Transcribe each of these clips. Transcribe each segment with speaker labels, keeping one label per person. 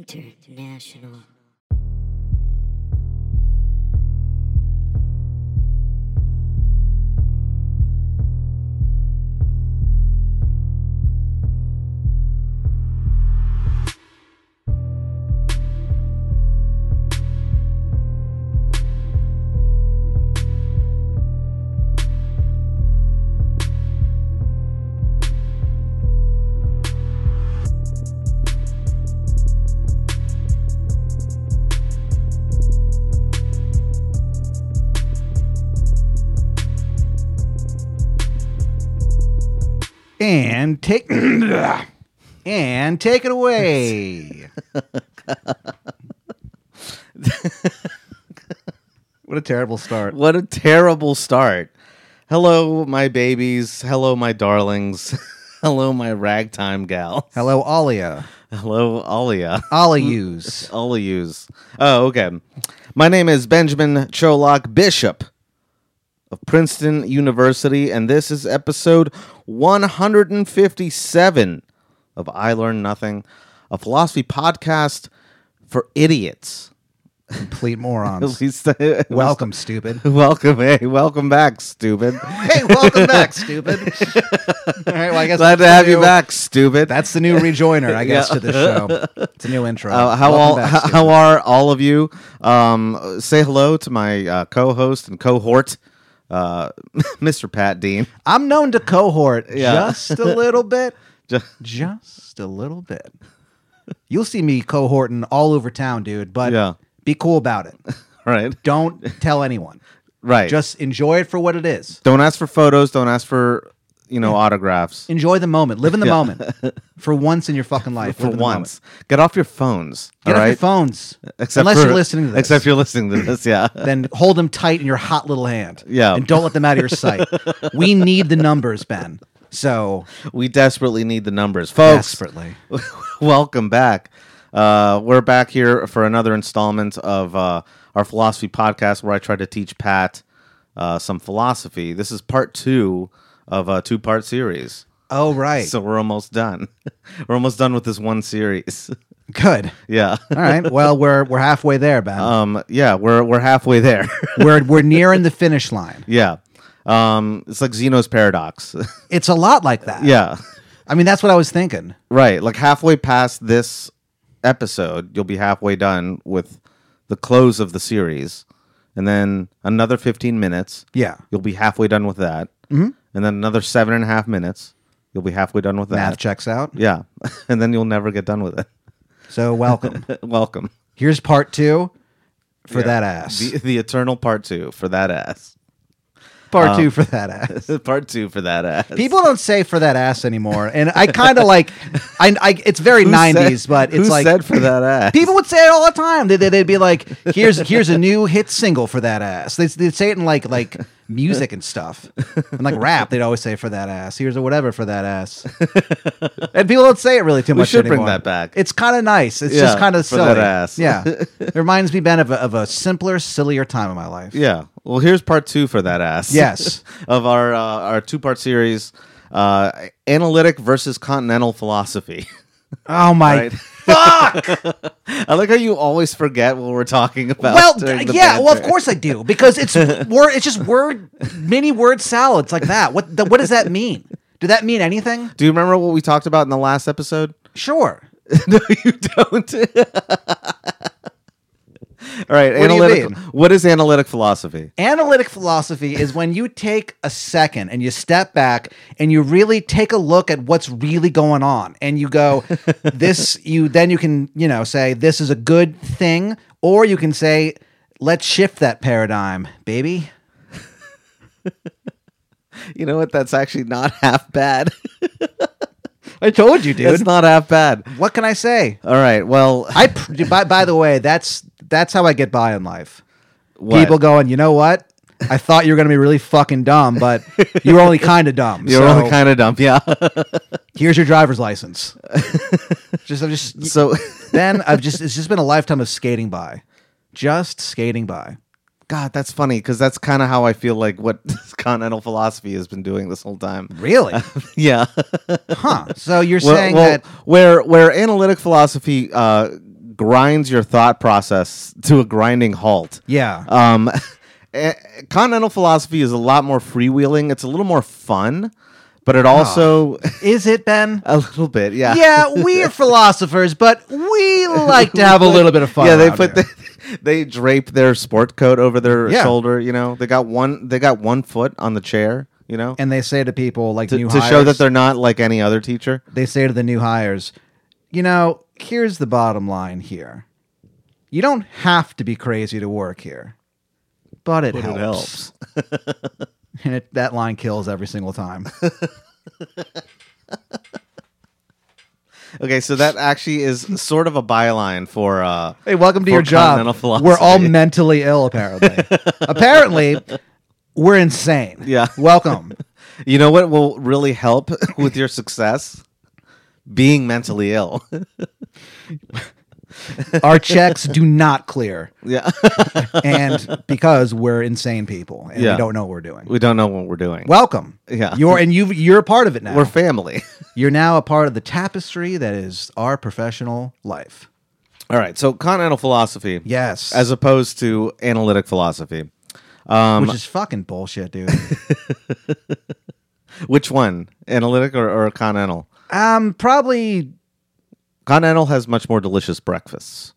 Speaker 1: International.
Speaker 2: and take and take it away. what a terrible start.
Speaker 3: What a terrible start. Hello, my babies. Hello, my darlings. Hello, my ragtime gal.
Speaker 2: Hello, Alia.
Speaker 3: Hello, Alia.
Speaker 2: Alius.
Speaker 3: All of yous. Oh, okay. My name is Benjamin Cholock Bishop of Princeton University, and this is episode 157 of I Learn Nothing, a philosophy podcast for idiots.
Speaker 2: Complete
Speaker 3: At
Speaker 2: morons.
Speaker 3: least, at least-
Speaker 2: Welcome, stupid.
Speaker 3: welcome, hey, welcome back, stupid.
Speaker 2: Hey, welcome back, stupid. All right, well, I guess
Speaker 3: Glad
Speaker 2: that's
Speaker 3: to
Speaker 2: the
Speaker 3: have you
Speaker 2: new-
Speaker 3: back, stupid.
Speaker 2: That's the new rejoiner, I guess,
Speaker 3: Yeah.
Speaker 2: to the show. It's a new intro.
Speaker 3: Uh, how
Speaker 2: Welcome
Speaker 3: all
Speaker 2: back,
Speaker 3: how,
Speaker 2: stupid.
Speaker 3: how are all of you? Um, uh, say hello to my uh, co-host and cohort, uh, Mr. Pat Dean.
Speaker 2: I'm known to cohort
Speaker 3: Yeah.
Speaker 2: just a little bit.
Speaker 3: Ju-
Speaker 2: just a little bit. You'll see me cohorting all over town, dude, but
Speaker 3: Yeah.
Speaker 2: be cool about it.
Speaker 3: right,
Speaker 2: Don't tell anyone.
Speaker 3: right.
Speaker 2: Just enjoy it for what it is.
Speaker 3: don't ask for photos. Don't ask for you know autographs
Speaker 2: Enjoy the moment. Live in the moment. For once in your fucking life.
Speaker 3: for
Speaker 2: live in the
Speaker 3: once. Get off your phones.
Speaker 2: moment. Get
Speaker 3: all
Speaker 2: off your
Speaker 3: right?
Speaker 2: phones.
Speaker 3: Except
Speaker 2: unless
Speaker 3: for-
Speaker 2: you're listening to this.
Speaker 3: Except you're listening to this. Yeah.
Speaker 2: then hold them tight in your hot little hand.
Speaker 3: Yeah.
Speaker 2: And don't let them out of your sight. we need the numbers, Ben. So
Speaker 3: we desperately need the numbers, folks.
Speaker 2: desperately.
Speaker 3: Welcome back. Uh, we're back here for another installment of uh, our philosophy podcast where I try to teach Pat uh, some philosophy. This is part two of a two part series.
Speaker 2: Oh right.
Speaker 3: So we're almost done. we're almost done with this one series.
Speaker 2: Good.
Speaker 3: yeah.
Speaker 2: All right. Well, we're we're halfway there, Ben.
Speaker 3: Um, yeah, we're, we're halfway there.
Speaker 2: we're we're nearing the finish line.
Speaker 3: yeah. Um, it's like Zeno's paradox.
Speaker 2: It's a lot like that.
Speaker 3: yeah.
Speaker 2: I mean, that's what I was thinking.
Speaker 3: Right. Like halfway past this episode, you'll be halfway done with the close of the series. And then another 15 minutes,
Speaker 2: Yeah.
Speaker 3: you'll be halfway done with that. Mm-hmm. And then another seven and a half minutes, you'll be halfway done with that.
Speaker 2: Math checks out.
Speaker 3: Yeah. and then you'll never get done with it.
Speaker 2: So welcome.
Speaker 3: Welcome.
Speaker 2: Here's part two for
Speaker 3: Yeah.
Speaker 2: that ass.
Speaker 3: The, the eternal part two for that ass.
Speaker 2: part
Speaker 3: Um,
Speaker 2: two for that ass.
Speaker 3: part two for that ass.
Speaker 2: People don't say for that ass anymore, and I kind of like, I, I it's very
Speaker 3: Who said-
Speaker 2: '90s, but it's
Speaker 3: who
Speaker 2: like
Speaker 3: said for that ass.
Speaker 2: people would say it all the time. They, they, they'd be like, "Here's here's a new hit single for that ass." They, they'd say it in like like music and stuff, and like rap. They'd always say for that ass. Here's a whatever for that ass, and people don't say it really too much.
Speaker 3: should bring
Speaker 2: anymore.
Speaker 3: that back.
Speaker 2: It's kind of nice. It's
Speaker 3: Yeah,
Speaker 2: just kind of
Speaker 3: for
Speaker 2: silly.
Speaker 3: that ass.
Speaker 2: Yeah, it reminds me, Ben, of a, of a simpler, sillier time in my life.
Speaker 3: Yeah. Well, here's part two for that ass.
Speaker 2: Yes.
Speaker 3: of our uh, our two part series, uh, analytic versus continental philosophy.
Speaker 2: Oh my.
Speaker 3: Right. Fuck! I like how you always forget what we're talking about.
Speaker 2: Well,
Speaker 3: during the
Speaker 2: yeah. Well, of
Speaker 3: banter.
Speaker 2: course I do because it's word. It's just word, mini word salads like that. What the, what does that mean? Did that mean anything?
Speaker 3: Do you remember what we talked about in the last episode?
Speaker 2: Sure.
Speaker 3: no, you don't. All right,
Speaker 2: What do you
Speaker 3: analytic.
Speaker 2: mean?
Speaker 3: What is analytic philosophy?
Speaker 2: Analytic philosophy is when you take a second and you step back and you really take a look at what's really going on and you go, this, you then you can, you know, say, this is a good thing, or you can say, let's shift that paradigm, baby.
Speaker 3: You know what? That's actually not half bad.
Speaker 2: I told you,
Speaker 3: it's not half bad.
Speaker 2: What can I say?
Speaker 3: All right. Well,
Speaker 2: I, pr- by, by the way, that's, that's how I get by in life.
Speaker 3: what?
Speaker 2: People going, you know what? I thought you were going to be really fucking dumb, but you were only kind of dumb.
Speaker 3: You're
Speaker 2: so
Speaker 3: only kind of dumb. Yeah.
Speaker 2: here's your driver's license. just, I'm just,
Speaker 3: so.
Speaker 2: Ben, I've just it's just been a lifetime of skating by, just skating by.
Speaker 3: God, that's funny because that's kind of how I feel like what continental philosophy has been doing this whole time.
Speaker 2: Really?
Speaker 3: yeah,
Speaker 2: huh? So you're
Speaker 3: well,
Speaker 2: saying
Speaker 3: well,
Speaker 2: that?
Speaker 3: where where analytic philosophy uh, grinds your thought process to a grinding halt.
Speaker 2: Yeah.
Speaker 3: Um, eh, continental philosophy is a lot more freewheeling. It's a little more fun, but it also
Speaker 2: Is it Ben?
Speaker 3: a little bit, yeah,
Speaker 2: yeah, we're philosophers, but we like to have a little bit of fun.
Speaker 3: Yeah, they
Speaker 2: around
Speaker 3: put
Speaker 2: here.
Speaker 3: the, they drape their sport coat over their
Speaker 2: Yeah.
Speaker 3: shoulder. You know, they got one they got one foot on the chair. You know,
Speaker 2: and they say to people like
Speaker 3: to,
Speaker 2: new
Speaker 3: to
Speaker 2: hires,
Speaker 3: show that they're not like any other teacher.
Speaker 2: they say to the new hires, you know, here's the bottom line here. You don't have to be crazy to work here, but it, helps. And it, that line kills every single time.
Speaker 3: Okay, so that actually is sort of a byline for uh,
Speaker 2: hey, welcome to
Speaker 3: For
Speaker 2: your job.
Speaker 3: continental philosophy.
Speaker 2: We're all mentally ill, apparently. apparently, we're insane.
Speaker 3: Yeah.
Speaker 2: Welcome.
Speaker 3: you know what will really help with your success? Being mentally ill.
Speaker 2: Our checks do not clear.
Speaker 3: yeah.
Speaker 2: and because we're insane people and
Speaker 3: Yeah.
Speaker 2: we don't know what we're doing.
Speaker 3: We don't know what we're doing.
Speaker 2: Welcome.
Speaker 3: Yeah.
Speaker 2: You're and you you're a part of it now.
Speaker 3: we're family.
Speaker 2: you're now a part of the tapestry that is our professional life.
Speaker 3: All right. So continental philosophy,
Speaker 2: Yes.
Speaker 3: as um, opposed to analytic philosophy.
Speaker 2: which is fucking bullshit, dude.
Speaker 3: Which one, analytic or, or continental?
Speaker 2: um probably
Speaker 3: Continental has much more delicious breakfasts.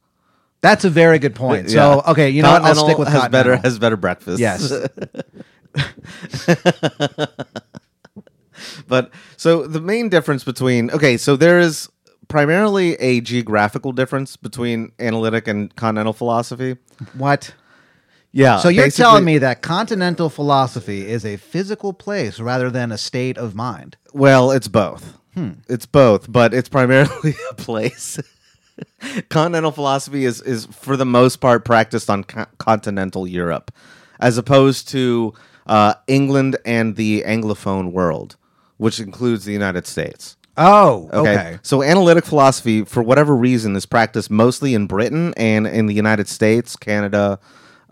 Speaker 2: that's a very good point. So
Speaker 3: Yeah.
Speaker 2: okay, you know what? I'll stick with
Speaker 3: has better
Speaker 2: continental.
Speaker 3: has better breakfast.
Speaker 2: Yes.
Speaker 3: But so the main difference between okay, so there is primarily a geographical difference between analytic and continental philosophy.
Speaker 2: what?
Speaker 3: Yeah.
Speaker 2: So you're
Speaker 3: basically-
Speaker 2: telling me that continental philosophy is a physical place rather than a state of mind.
Speaker 3: Well, it's both. It's both, but it's primarily a place. continental philosophy is is for the most part practiced on co- continental Europe, as opposed to uh, England and the anglophone world, which includes the United States.
Speaker 2: Oh, okay.
Speaker 3: Okay. So analytic philosophy, for whatever reason, is practiced mostly in Britain and in the United States, Canada,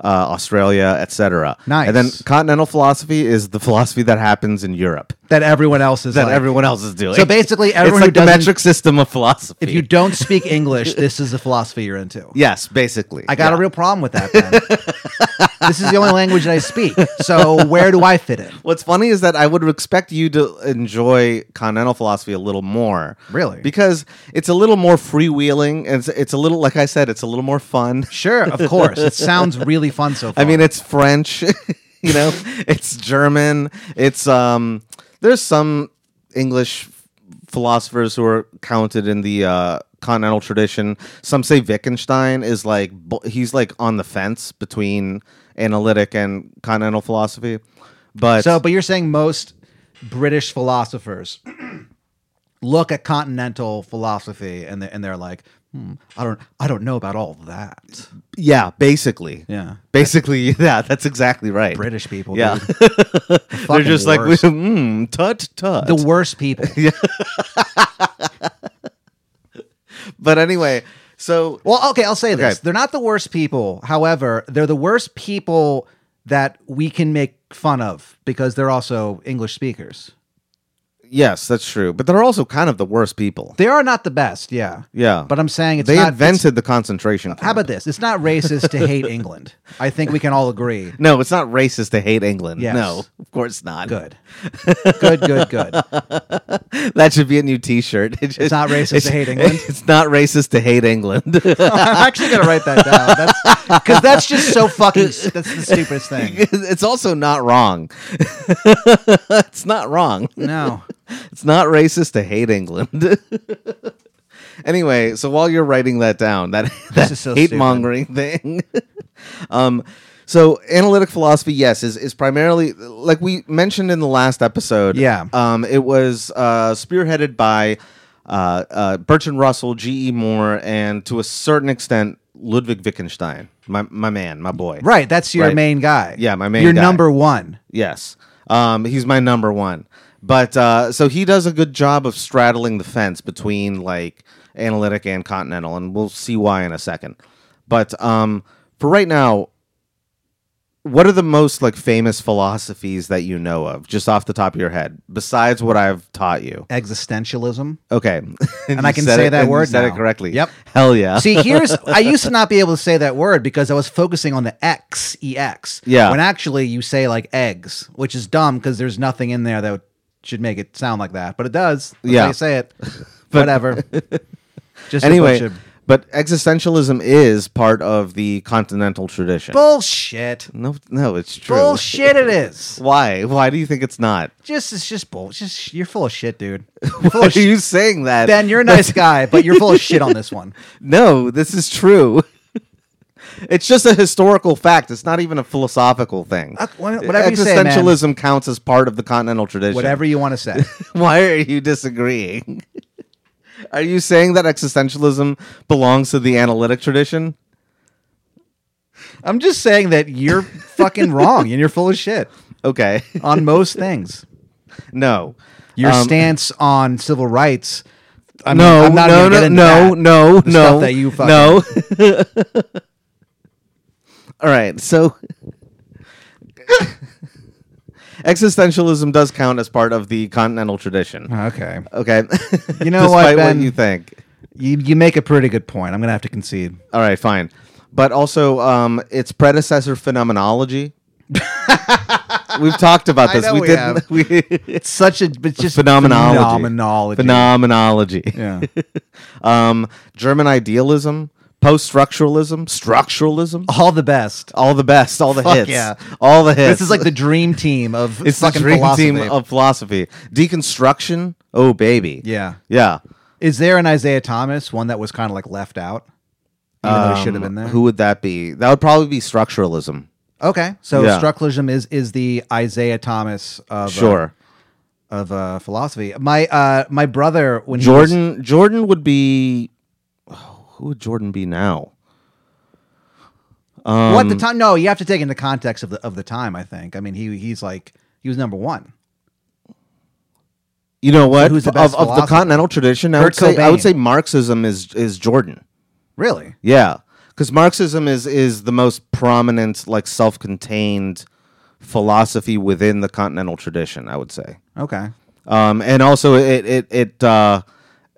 Speaker 3: uh, Australia, etc.
Speaker 2: Nice.
Speaker 3: And then continental philosophy is the philosophy that happens in Europe
Speaker 2: That everyone else is
Speaker 3: that
Speaker 2: like-
Speaker 3: everyone else is doing.
Speaker 2: So basically, everyone who
Speaker 3: it's like the
Speaker 2: doesn't-
Speaker 3: metric system of philosophy.
Speaker 2: If you don't speak English, this is the philosophy you're into.
Speaker 3: yes, basically,
Speaker 2: I got a real problem with that. Ben. this is the only language that I speak. So where do I fit in?
Speaker 3: What's funny is that I would expect you to enjoy continental philosophy a little more.
Speaker 2: Really?
Speaker 3: Because it's a little more freewheeling and it's, it's a little like I said, it's a little more fun.
Speaker 2: Sure, of course. It sounds really fun so far.
Speaker 3: I mean, it's French, you know, it's German, it's um there's some English philosophers who are counted in the uh continental tradition. Some say Wittgenstein is like bo- he's like on the fence between analytic and continental philosophy. But
Speaker 2: so, but you're saying most British philosophers look at continental philosophy and they and they're like, hmm, I don't, I don't know about all of that.
Speaker 3: yeah, basically.
Speaker 2: Yeah,
Speaker 3: Basically, yeah, that's exactly right.
Speaker 2: British people.
Speaker 3: Yeah.
Speaker 2: dude.
Speaker 3: They're just like,
Speaker 2: worst.
Speaker 3: mm, tut tut.
Speaker 2: the worst people.
Speaker 3: but anyway, so
Speaker 2: Well, okay, I'll say this.
Speaker 3: Okay.
Speaker 2: They're not the worst people. However, they're the worst people that we can make fun of because they're also English speakers.
Speaker 3: yes, that's true. But they're also kind of the worst people.
Speaker 2: They are not the best, yeah.
Speaker 3: Yeah.
Speaker 2: But I'm saying it's
Speaker 3: they
Speaker 2: not it's-
Speaker 3: invented the concentration camp.
Speaker 2: How about this? It's not racist to hate England. I think we can all agree.
Speaker 3: no, it's not racist to hate England.
Speaker 2: Yes.
Speaker 3: No, of course not.
Speaker 2: Good. Good, good, good.
Speaker 3: That should be a new T-shirt. It should-
Speaker 2: not racist to
Speaker 3: it's-
Speaker 2: hate England?
Speaker 3: It's not racist to hate England.
Speaker 2: I'm actually going to write that down. Because that's, just so fucking, s- that's the stupidest thing.
Speaker 3: it's also not wrong. it's not wrong.
Speaker 2: No.
Speaker 3: It's not racist to hate England. anyway, so while you're writing that down, that, that
Speaker 2: is so
Speaker 3: hate mongering thing. um, so analytic philosophy, yes, is is primarily like we mentioned in the last episode.
Speaker 2: Yeah.
Speaker 3: um, it was uh, spearheaded by uh, uh, Bertrand Russell, G. E. Moore, and to a certain extent Ludwig Wittgenstein, my my man, my boy.
Speaker 2: Right, that's your
Speaker 3: Right.
Speaker 2: main guy.
Speaker 3: Yeah, my main
Speaker 2: Your
Speaker 3: guy.
Speaker 2: number one.
Speaker 3: Yes. Um, he's my number one. But uh, so he does a good job of straddling the fence between like analytic and continental, and we'll see why in a second. But um, for right now, what are the most like famous philosophies that you know of, just off the top of your head, besides what I've taught you?
Speaker 2: Existentialism.
Speaker 3: Okay, and,
Speaker 2: I
Speaker 3: you
Speaker 2: can
Speaker 3: said
Speaker 2: say
Speaker 3: it-
Speaker 2: that
Speaker 3: and you
Speaker 2: word
Speaker 3: said
Speaker 2: now.
Speaker 3: it correctly.
Speaker 2: Yep.
Speaker 3: Hell yeah.
Speaker 2: See, here's I used to not be able to say that word because I was focusing on the X E X.
Speaker 3: Yeah.
Speaker 2: When actually you say like eggs, which is dumb because there's nothing in there that should make it sound like that, but it does. That's
Speaker 3: Yeah.
Speaker 2: How you say it. Whatever. Just a bunch
Speaker 3: anyway,
Speaker 2: of
Speaker 3: but existentialism is part of the continental tradition.
Speaker 2: bullshit.
Speaker 3: no, no, it's true.
Speaker 2: Bullshit. It is.
Speaker 3: Why? Why do you think it's not?
Speaker 2: Just it's just bull. Just you're full of shit, dude.
Speaker 3: Why are you saying that?
Speaker 2: Ben, you're a nice guy, but you're full of shit on this one.
Speaker 3: No, this is true. it's just a historical fact. It's not even a philosophical thing.
Speaker 2: Uh, wha- whatever you say, man.
Speaker 3: Existentialism counts as part of the continental tradition.
Speaker 2: Whatever you want to say.
Speaker 3: Why are you disagreeing? are you saying that existentialism belongs to the analytic tradition?
Speaker 2: I'm just saying that you're fucking wrong and you're full of shit
Speaker 3: Okay.
Speaker 2: on most things.
Speaker 3: no.
Speaker 2: Your
Speaker 3: Um,
Speaker 2: stance on civil rights. I mean,
Speaker 3: no,
Speaker 2: I'm not
Speaker 3: no,
Speaker 2: gonna get
Speaker 3: no,
Speaker 2: into
Speaker 3: no,
Speaker 2: that.
Speaker 3: no,
Speaker 2: The
Speaker 3: no,
Speaker 2: stuff that you fucking-
Speaker 3: no. All right, so existentialism does count as part of the continental tradition.
Speaker 2: Okay.
Speaker 3: Okay,
Speaker 2: You know what,
Speaker 3: Despite
Speaker 2: Ben?
Speaker 3: you think?
Speaker 2: You, you make a pretty good point. I'm going to have to concede.
Speaker 3: All right, fine. But also, um, its predecessor phenomenology. We've talked about
Speaker 2: I
Speaker 3: this.
Speaker 2: know
Speaker 3: we
Speaker 2: we
Speaker 3: did.
Speaker 2: have.
Speaker 3: We,
Speaker 2: It's such a, it's just
Speaker 3: phenomenology.
Speaker 2: Phenomenology.
Speaker 3: phenomenology.
Speaker 2: yeah.
Speaker 3: um, German idealism, post-structuralism, structuralism.
Speaker 2: All the best.
Speaker 3: All the best, all the
Speaker 2: Fuck
Speaker 3: hits,
Speaker 2: yeah.
Speaker 3: all the hits.
Speaker 2: This is like the dream team of
Speaker 3: it's the
Speaker 2: fucking
Speaker 3: dream
Speaker 2: philosophy.
Speaker 3: team of philosophy. Deconstruction, oh baby,
Speaker 2: yeah.
Speaker 3: yeah.
Speaker 2: Is there an Isaiah Thomas one that was kind of like left out? Even though he should
Speaker 3: Um,
Speaker 2: have been there.
Speaker 3: Who would that be? That would probably be structuralism.
Speaker 2: okay, so
Speaker 3: Yeah.
Speaker 2: structuralism is is the Isaiah Thomas of uh,
Speaker 3: sure,
Speaker 2: of uh, philosophy. My uh, my brother when he was-
Speaker 3: Jordan. Jordan would be. oh, who would Jordan be now? Um,
Speaker 2: what the time? No, you have to take into context of the of the time. I think. I mean, he he's like he was number one.
Speaker 3: you know what?
Speaker 2: Who's the
Speaker 3: Of-
Speaker 2: best
Speaker 3: of, the
Speaker 2: philosopher?
Speaker 3: continental tradition, I
Speaker 2: Kurt
Speaker 3: would, say, I would
Speaker 2: Cobain.
Speaker 3: say Marxism is is Jordan.
Speaker 2: Really?
Speaker 3: Yeah, because Marxism is is the most prominent, like self-contained philosophy within the continental tradition. I would say,
Speaker 2: Okay.
Speaker 3: um, and also it it it. Uh,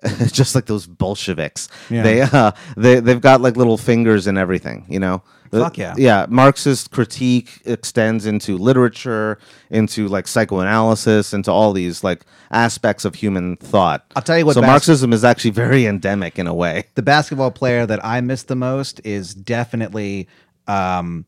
Speaker 3: just like those Bolsheviks,
Speaker 2: Yeah.
Speaker 3: they uh, they they've got like little fingers in everything, you know. Uh,
Speaker 2: Fuck yeah.
Speaker 3: yeah. Marxist critique extends into literature, into like psychoanalysis, into all these like aspects of human thought.
Speaker 2: I'll tell you what
Speaker 3: So
Speaker 2: bas-
Speaker 3: Marxism is actually very endemic in a way.
Speaker 2: The basketball player that I miss the most is definitely um,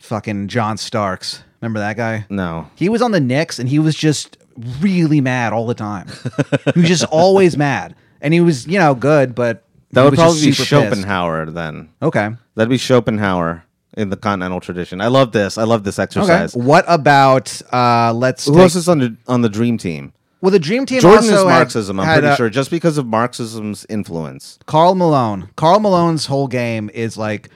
Speaker 2: fucking John Starks. Remember that guy?
Speaker 3: No,
Speaker 2: He was on the Knicks and he was just really mad all the time. he was just always mad. And he was, you know, good, but
Speaker 3: That
Speaker 2: he
Speaker 3: would
Speaker 2: was just
Speaker 3: probably be
Speaker 2: super pissed.
Speaker 3: Schopenhauer then.
Speaker 2: Okay.
Speaker 3: That'd be Schopenhauer in the continental tradition. I love this. I love this
Speaker 2: Okay.
Speaker 3: exercise.
Speaker 2: What about uh let's
Speaker 3: Who
Speaker 2: take-
Speaker 3: else is on the on the dream team?
Speaker 2: Well, the dream team
Speaker 3: Jordan
Speaker 2: also
Speaker 3: is
Speaker 2: had-
Speaker 3: Marxism. I'm
Speaker 2: had,
Speaker 3: pretty
Speaker 2: uh,
Speaker 3: sure, just because of Marxism's influence.
Speaker 2: Carl Malone. Carl Malone's whole game is like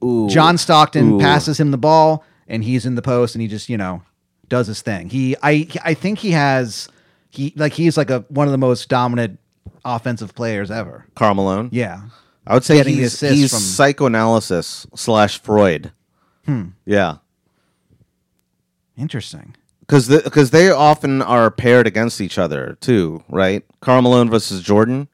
Speaker 2: John Stockton
Speaker 3: Ooh.
Speaker 2: passes him the ball and he's in the post and he just, you know, does his thing. He I I think he has he like he's like a one of the most dominant offensive players ever.
Speaker 3: Karl Malone.
Speaker 2: Yeah.
Speaker 3: I would say
Speaker 2: Getting the
Speaker 3: he's,
Speaker 2: assist
Speaker 3: he's
Speaker 2: from-
Speaker 3: psychoanalysis slash Freud. Hmm. Yeah,
Speaker 2: Interesting.
Speaker 3: because because they often are paired against each other too, right? Karl Malone versus Jordan.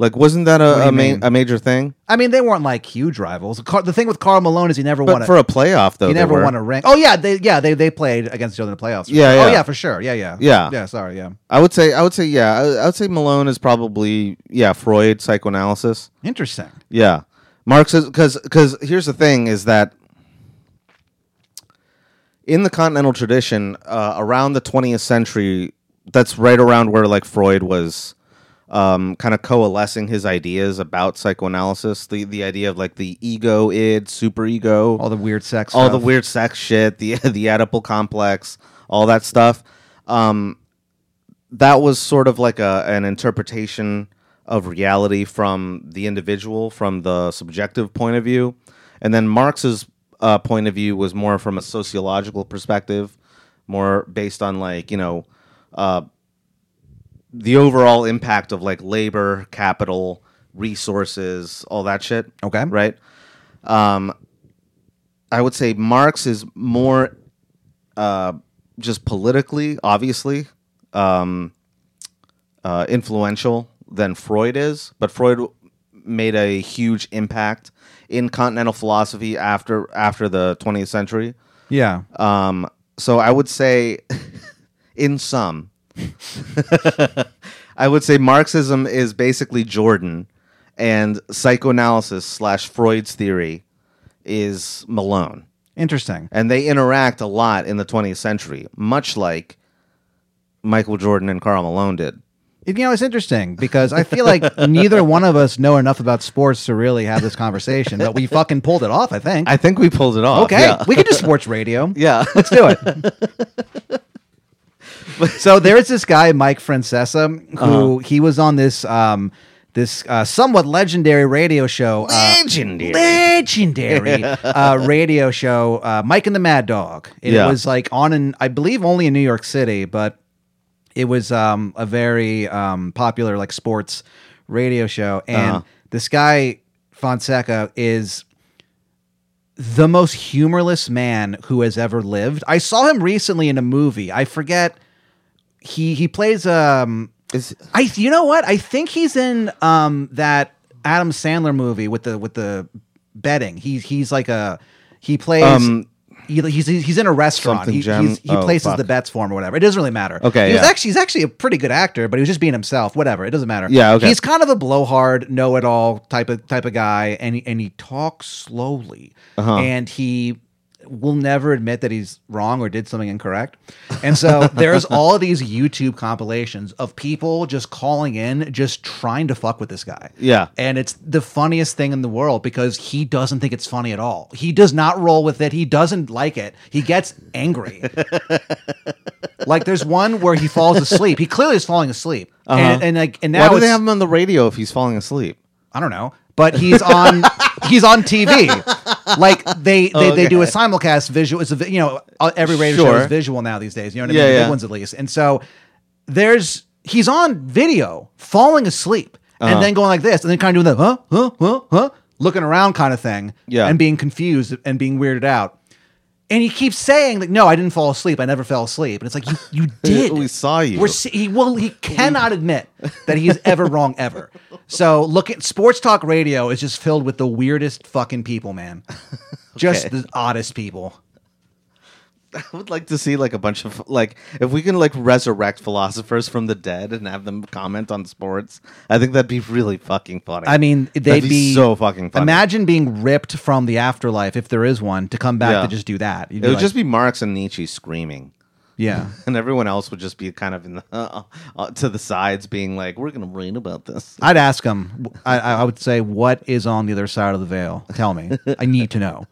Speaker 3: Like, wasn't that
Speaker 2: do
Speaker 3: a
Speaker 2: you
Speaker 3: a, ma-
Speaker 2: mean?
Speaker 3: a major thing?
Speaker 2: I mean, they weren't like huge rivals. Car- the thing with Carl Malone is he never won
Speaker 3: But
Speaker 2: a
Speaker 3: for a playoff though,
Speaker 2: he
Speaker 3: they
Speaker 2: never
Speaker 3: were.
Speaker 2: won a ring. Oh yeah, they yeah they they played against each other in the playoffs.
Speaker 3: Yeah,
Speaker 2: Oh
Speaker 3: yeah.
Speaker 2: yeah, for sure. Yeah, yeah,
Speaker 3: Yeah.
Speaker 2: yeah. Sorry, yeah.
Speaker 3: I would say I would say yeah. I, I would say Malone is probably yeah Freud psychoanalysis.
Speaker 2: Interesting.
Speaker 3: Yeah, Marx is because because here's the thing is that in the continental tradition uh, around the 20th century, that's right around where like Freud was um, kind of coalescing his ideas about psychoanalysis. The the idea of like the ego, id, superego,
Speaker 2: All the weird sex.
Speaker 3: all the
Speaker 2: stuff.
Speaker 3: weird sex shit, the the Oedipal complex, all that stuff. Um, that was sort of like a an interpretation of reality from the individual, from the subjective point of view, and then Marx's uh, point of view was more from a sociological perspective, more based on like you know. Uh, the overall impact of like labor, capital, resources, all that shit
Speaker 2: Okay.
Speaker 3: right? Um, I would say Marx is more uh, just politically, obviously, um, uh, influential than Freud is. But Freud made a huge impact in continental philosophy after after the 20th century.
Speaker 2: Yeah.
Speaker 3: Um, so I would say, in sum, I would say Marxism is basically Jordan, and psychoanalysis slash Freud's theory is Malone,
Speaker 2: Interesting.
Speaker 3: and they interact a lot in the 20th century, much like Michael Jordan and Carl Malone did.
Speaker 2: You know, it's interesting because I feel like neither one of us know enough about sports to really have this conversation, but we fucking pulled it off, I think.
Speaker 3: I think we pulled it off.
Speaker 2: okay.
Speaker 3: Yeah.
Speaker 2: We can do sports radio.
Speaker 3: yeah.
Speaker 2: Let's do it. so there is this guy Mike Francesa who
Speaker 3: Uh-huh.
Speaker 2: he was on this um, this uh, somewhat legendary radio show. uh,
Speaker 3: Legendary.
Speaker 2: legendary uh, radio show, uh, Mike and the Mad Dog. It
Speaker 3: Yeah.
Speaker 2: was like on in, I believe, only in New York City, but it was um, a very um, popular like sports radio show. And
Speaker 3: Uh-huh.
Speaker 2: this guy Fonseca is the most humorless man who has ever lived. I saw him recently in a movie. I forget. He he plays um
Speaker 3: Is-
Speaker 2: I you know what? I think he's in um that Adam Sandler movie with the with the betting. He's he's like a he plays
Speaker 3: Um,
Speaker 2: he, he's he's in a restaurant.
Speaker 3: Something
Speaker 2: He,
Speaker 3: Gem-
Speaker 2: he's, he
Speaker 3: oh,
Speaker 2: places
Speaker 3: fuck.
Speaker 2: the bets for him or whatever. It doesn't really matter.
Speaker 3: Okay,
Speaker 2: He was
Speaker 3: yeah.
Speaker 2: actually he's actually a pretty good actor, but he was just being himself. Whatever. It doesn't matter.
Speaker 3: Yeah, okay.
Speaker 2: He's kind of a blowhard, know it all type of type of guy, and he, and he talks slowly,
Speaker 3: Uh-huh.
Speaker 2: and he will never admit that he's wrong or did something incorrect. And so there's all these YouTube compilations of people just calling in, just trying to fuck with this guy.
Speaker 3: Yeah.
Speaker 2: And it's the funniest thing in the world because he doesn't think it's funny at all. He does not roll with it. He doesn't like it. He gets angry. like there's one where he falls asleep. He clearly is falling asleep. And, and like and now
Speaker 3: Uh-huh. Why do they
Speaker 2: it's-
Speaker 3: have him on the radio if he's falling asleep?
Speaker 2: I don't know, but he's on he's on TV. Like they they, they do a simulcast visual. It's a vi- you know uh, every radio show
Speaker 3: Sure.
Speaker 2: is visual now these days. You know what I
Speaker 3: Yeah,
Speaker 2: mean? The
Speaker 3: yeah.
Speaker 2: Big ones at least. And so there's he's on video falling asleep
Speaker 3: Uh-huh.
Speaker 2: and then going like this and then kind of doing the huh huh huh huh looking around kind of thing
Speaker 3: Yeah.
Speaker 2: and being confused and being weirded out. And he keeps saying like, "No, I didn't fall asleep. I never fell asleep." And it's like, "You, you did.
Speaker 3: We saw you.
Speaker 2: We're se- he will. He cannot admit that he's ever wrong ever. So look at sports talk radio is just filled with the weirdest fucking people, man. Just the oddest people.
Speaker 3: I would like to see like a bunch of like if we can like resurrect philosophers from the dead and have them comment on sports. I think that'd be really fucking funny.
Speaker 2: I mean, they'd
Speaker 3: That'd be
Speaker 2: be
Speaker 3: so fucking funny.
Speaker 2: Imagine being ripped from the afterlife if there is one to come back
Speaker 3: Yeah.
Speaker 2: to just do that. You'd
Speaker 3: it would
Speaker 2: like-
Speaker 3: just be Marx and Nietzsche screaming,
Speaker 2: yeah.
Speaker 3: and everyone else would just be kind of in the uh, to the sides, being like, "We're gonna read about this."
Speaker 2: I'd ask him. I, I would say, "What is on the other side of the veil? Tell me. I need to know."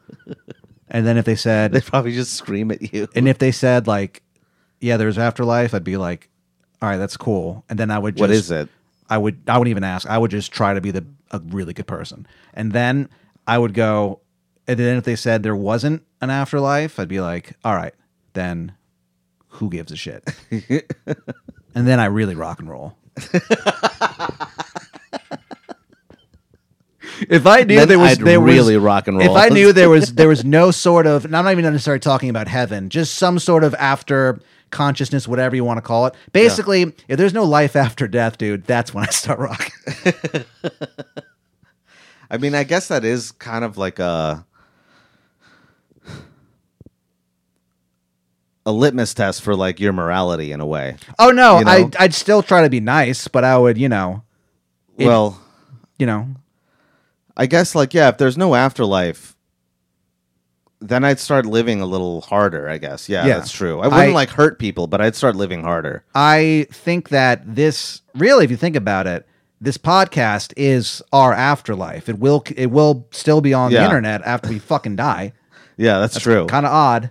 Speaker 2: And then if they said,
Speaker 3: They probably just scream at you.
Speaker 2: And if they said like, yeah, there's afterlife, I'd be like, all right, that's cool. And then I would just
Speaker 3: What is it?
Speaker 2: I would I wouldn't even ask. I would just try to be the a really good person. And then I would go and then if they said there wasn't an afterlife, I'd be like, all right, then who gives a shit? and then I really rock and roll. if I knew
Speaker 3: Then
Speaker 2: there was
Speaker 3: I'd
Speaker 2: there was-
Speaker 3: really rock and roll.
Speaker 2: if I knew there was there was no sort of, and I'm not even necessarily talking about heaven, just some sort of after consciousness, whatever you want to call it. Basically, if there's no life after death, dude, that's when I start rocking.
Speaker 3: I mean, I guess that is kind of like a a litmus test for like your morality in a way.
Speaker 2: oh no,
Speaker 3: You know?
Speaker 2: I, I'd still try to be nice, but I would, you know, It-
Speaker 3: well,
Speaker 2: you know,
Speaker 3: I guess like yeah, if there's no afterlife, then I'd start living a little harder. I guess yeah,
Speaker 2: Yeah.
Speaker 3: that's true. I wouldn't
Speaker 2: I-
Speaker 3: like hurt people, but I'd start living harder.
Speaker 2: I think that this really, if you think about it, this podcast is our afterlife. It will it will still be on the
Speaker 3: Yeah.
Speaker 2: internet after we fucking die.
Speaker 3: Yeah, that's, true.
Speaker 2: Kind of odd.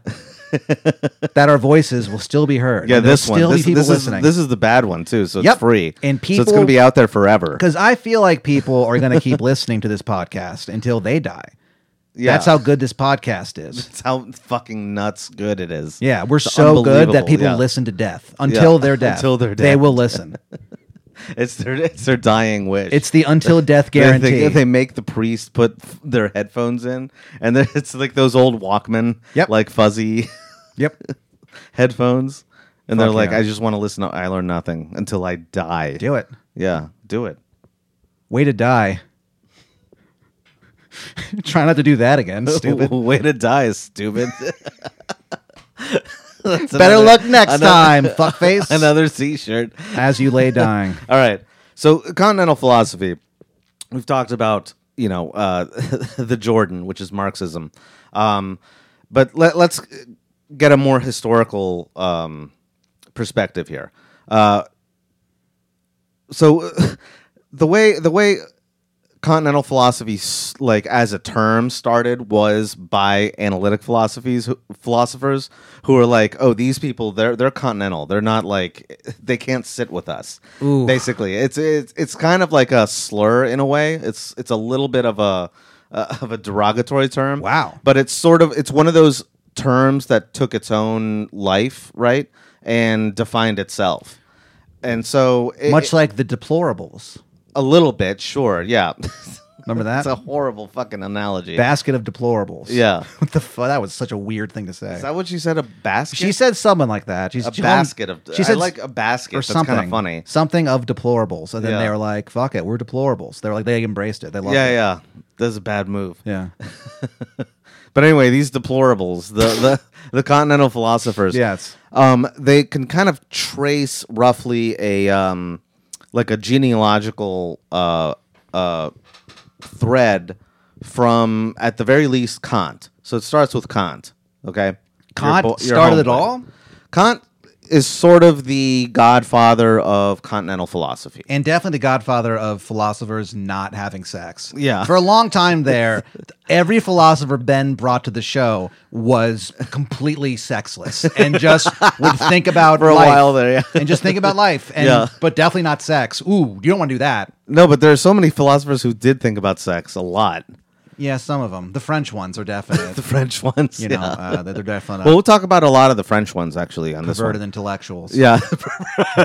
Speaker 2: that our voices will still be heard.
Speaker 3: yeah,
Speaker 2: And there'll
Speaker 3: this one.
Speaker 2: still be
Speaker 3: This,
Speaker 2: people
Speaker 3: this is
Speaker 2: listening.
Speaker 3: this is the bad one too. So
Speaker 2: Yep.
Speaker 3: it's free,
Speaker 2: And
Speaker 3: so it's
Speaker 2: people-
Speaker 3: gonna be out there forever.
Speaker 2: Because I feel like people are going to keep listening to this podcast until they die.
Speaker 3: Yeah,
Speaker 2: That's how good this podcast is.
Speaker 3: that's how fucking nuts good it is.
Speaker 2: Yeah, we're so good that
Speaker 3: unbelievable,
Speaker 2: people
Speaker 3: yeah.
Speaker 2: listen to death until
Speaker 3: Yeah,
Speaker 2: their death.
Speaker 3: until they're
Speaker 2: They
Speaker 3: dead.
Speaker 2: will listen.
Speaker 3: it's their it's their dying wish.
Speaker 2: It's the until death
Speaker 3: They-
Speaker 2: guarantee.
Speaker 3: They, they make the priest put f- their headphones in, and then it's like those old Walkman,
Speaker 2: Yep.
Speaker 3: like fuzzy
Speaker 2: yep.
Speaker 3: headphones, and they're
Speaker 2: Fuck
Speaker 3: like,
Speaker 2: yeah.
Speaker 3: "I just want to listen to I Learn Nothing until I die."
Speaker 2: Do it.
Speaker 3: Yeah, do it.
Speaker 2: Way to die. Try not to do that again, stupid.
Speaker 3: Way to die, stupid. That's
Speaker 2: Better
Speaker 3: another-
Speaker 2: luck next
Speaker 3: another-
Speaker 2: time, fuckface.
Speaker 3: Another T-shirt.
Speaker 2: As you lay dying.
Speaker 3: All right. So continental philosophy. We've talked about you know uh, the Jordan, which is Marxism, um, but let, let's get a more historical um, perspective here. Uh, so the way the way continental philosophy s- like as a term started was by analytic philosophies who- philosophers who were like oh these people they're they're continental they're not like they can't sit with us
Speaker 2: Ooh.
Speaker 3: basically it's it's it's kind of like a slur in a way it's it's a little bit of a uh, of a derogatory term
Speaker 2: Wow.
Speaker 3: but it's sort of it's one of those terms that took its own life right and defined itself and so it-
Speaker 2: Much like the deplorables.
Speaker 3: a little bit sure yeah
Speaker 2: Remember that?
Speaker 3: That's a horrible fucking analogy.
Speaker 2: basket of deplorables.
Speaker 3: yeah.
Speaker 2: What the fuck? That was such a weird thing to say.
Speaker 3: Is that what you said? A basket?
Speaker 2: she said something like that. She's
Speaker 3: a
Speaker 2: she-
Speaker 3: basket of.
Speaker 2: She said
Speaker 3: I like a basket.
Speaker 2: or
Speaker 3: That's
Speaker 2: something
Speaker 3: kind of funny.
Speaker 2: Something of deplorables, and then
Speaker 3: Yeah.
Speaker 2: they were like, "Fuck it, we're deplorables." They're like, they embraced it. They loved
Speaker 3: Yeah,
Speaker 2: it.
Speaker 3: yeah. That's a bad move.
Speaker 2: Yeah, yeah,
Speaker 3: But anyway, these deplorables, the the, the continental philosophers.
Speaker 2: Yes.
Speaker 3: Um, they can kind of trace roughly a um, like a genealogical uh uh thread from at the very least Kant. So it starts with Kant. Okay. Your
Speaker 2: Kant
Speaker 3: bo- your
Speaker 2: started it
Speaker 3: homeboy.
Speaker 2: all?
Speaker 3: Kant is sort of the godfather of continental philosophy.
Speaker 2: and definitely the godfather of philosophers not having sex.
Speaker 3: Yeah.
Speaker 2: for a long time there, every philosopher Ben brought to the show was completely sexless and just would think about
Speaker 3: For a
Speaker 2: life
Speaker 3: while there, yeah.
Speaker 2: and just think about life, and
Speaker 3: Yeah.
Speaker 2: but definitely not sex. Ooh, you don't want to do that.
Speaker 3: No, but there are so many philosophers who did think about sex a lot.
Speaker 2: Yeah, some of them, the French ones, are definite.
Speaker 3: The French ones,
Speaker 2: you
Speaker 3: yeah.
Speaker 2: know, uh, they're definitely not
Speaker 3: Well, we'll talk about a lot of the French ones actually on this
Speaker 2: perverted
Speaker 3: one.
Speaker 2: intellectuals.
Speaker 3: Yeah.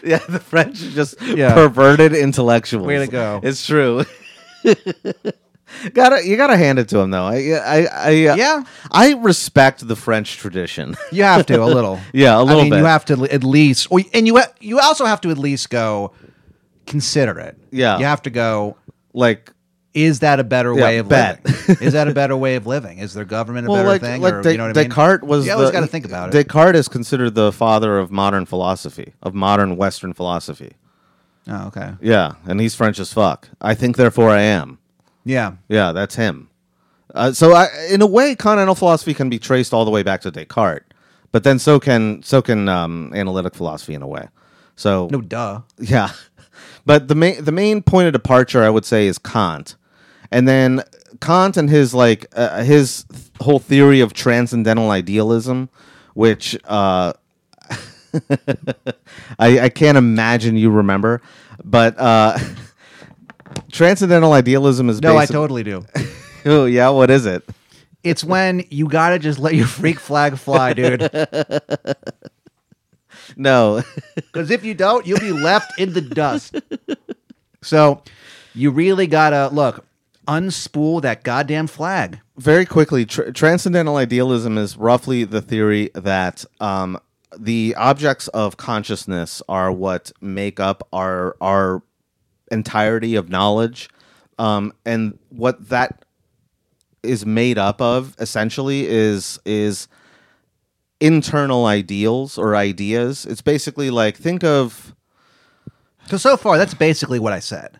Speaker 3: yeah, the French are just
Speaker 2: Yeah.
Speaker 3: perverted intellectuals.
Speaker 2: Way to go.
Speaker 3: It's true. gotta you gotta hand it to them though. I I I
Speaker 2: Yeah.
Speaker 3: I respect the French tradition.
Speaker 2: You have to a little.
Speaker 3: Yeah, a little
Speaker 2: I mean,
Speaker 3: bit.
Speaker 2: You have to l- at least, or, and you ha- you also have to at least go consider it.
Speaker 3: Yeah.
Speaker 2: you have to go.
Speaker 3: like
Speaker 2: Is that a better
Speaker 3: Yeah,
Speaker 2: way of
Speaker 3: bet.
Speaker 2: living? is that a better way of living? Is their government a
Speaker 3: well,
Speaker 2: better
Speaker 3: like,
Speaker 2: thing?
Speaker 3: like
Speaker 2: or,
Speaker 3: De-
Speaker 2: you know what I mean?
Speaker 3: Descartes was.
Speaker 2: You always
Speaker 3: the-
Speaker 2: got to think about it.
Speaker 3: Descartes is considered the father of modern philosophy, of modern Western philosophy.
Speaker 2: oh, okay.
Speaker 3: Yeah, and he's French as fuck. I think, therefore, I am.
Speaker 2: Yeah.
Speaker 3: Yeah, that's him. Uh, so, I, in a way, continental philosophy can be traced all the way back to Descartes, but then so can so can um, analytic philosophy in a way. So
Speaker 2: No, duh.
Speaker 3: yeah, but the main the main point of departure, I would say, is Kant, and then Kant and his like uh, his th- whole theory of transcendental idealism, which uh, I, I can't imagine you remember, but uh, transcendental idealism is
Speaker 2: No, I
Speaker 3: basi-
Speaker 2: totally do.
Speaker 3: oh yeah, what is it?
Speaker 2: It's when you got to just let your freak flag fly, dude.
Speaker 3: No,
Speaker 2: Because if you don't, you'll be left in the dust. So you really got to look, unspool that goddamn flag.
Speaker 3: very quickly, tr- transcendental idealism is roughly the theory that um, the objects of consciousness are what make up our our entirety of knowledge, um, and what that is made up of essentially is is internal ideals or ideas. It's basically like think of
Speaker 2: So, so far, that's basically what I said.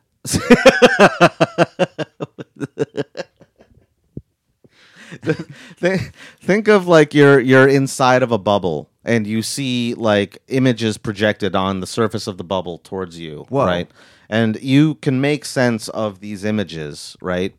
Speaker 3: Th- think of like you're you're inside of a bubble and you see like images projected on the surface of the bubble towards you
Speaker 2: Whoa.
Speaker 3: right and you can make sense of these images right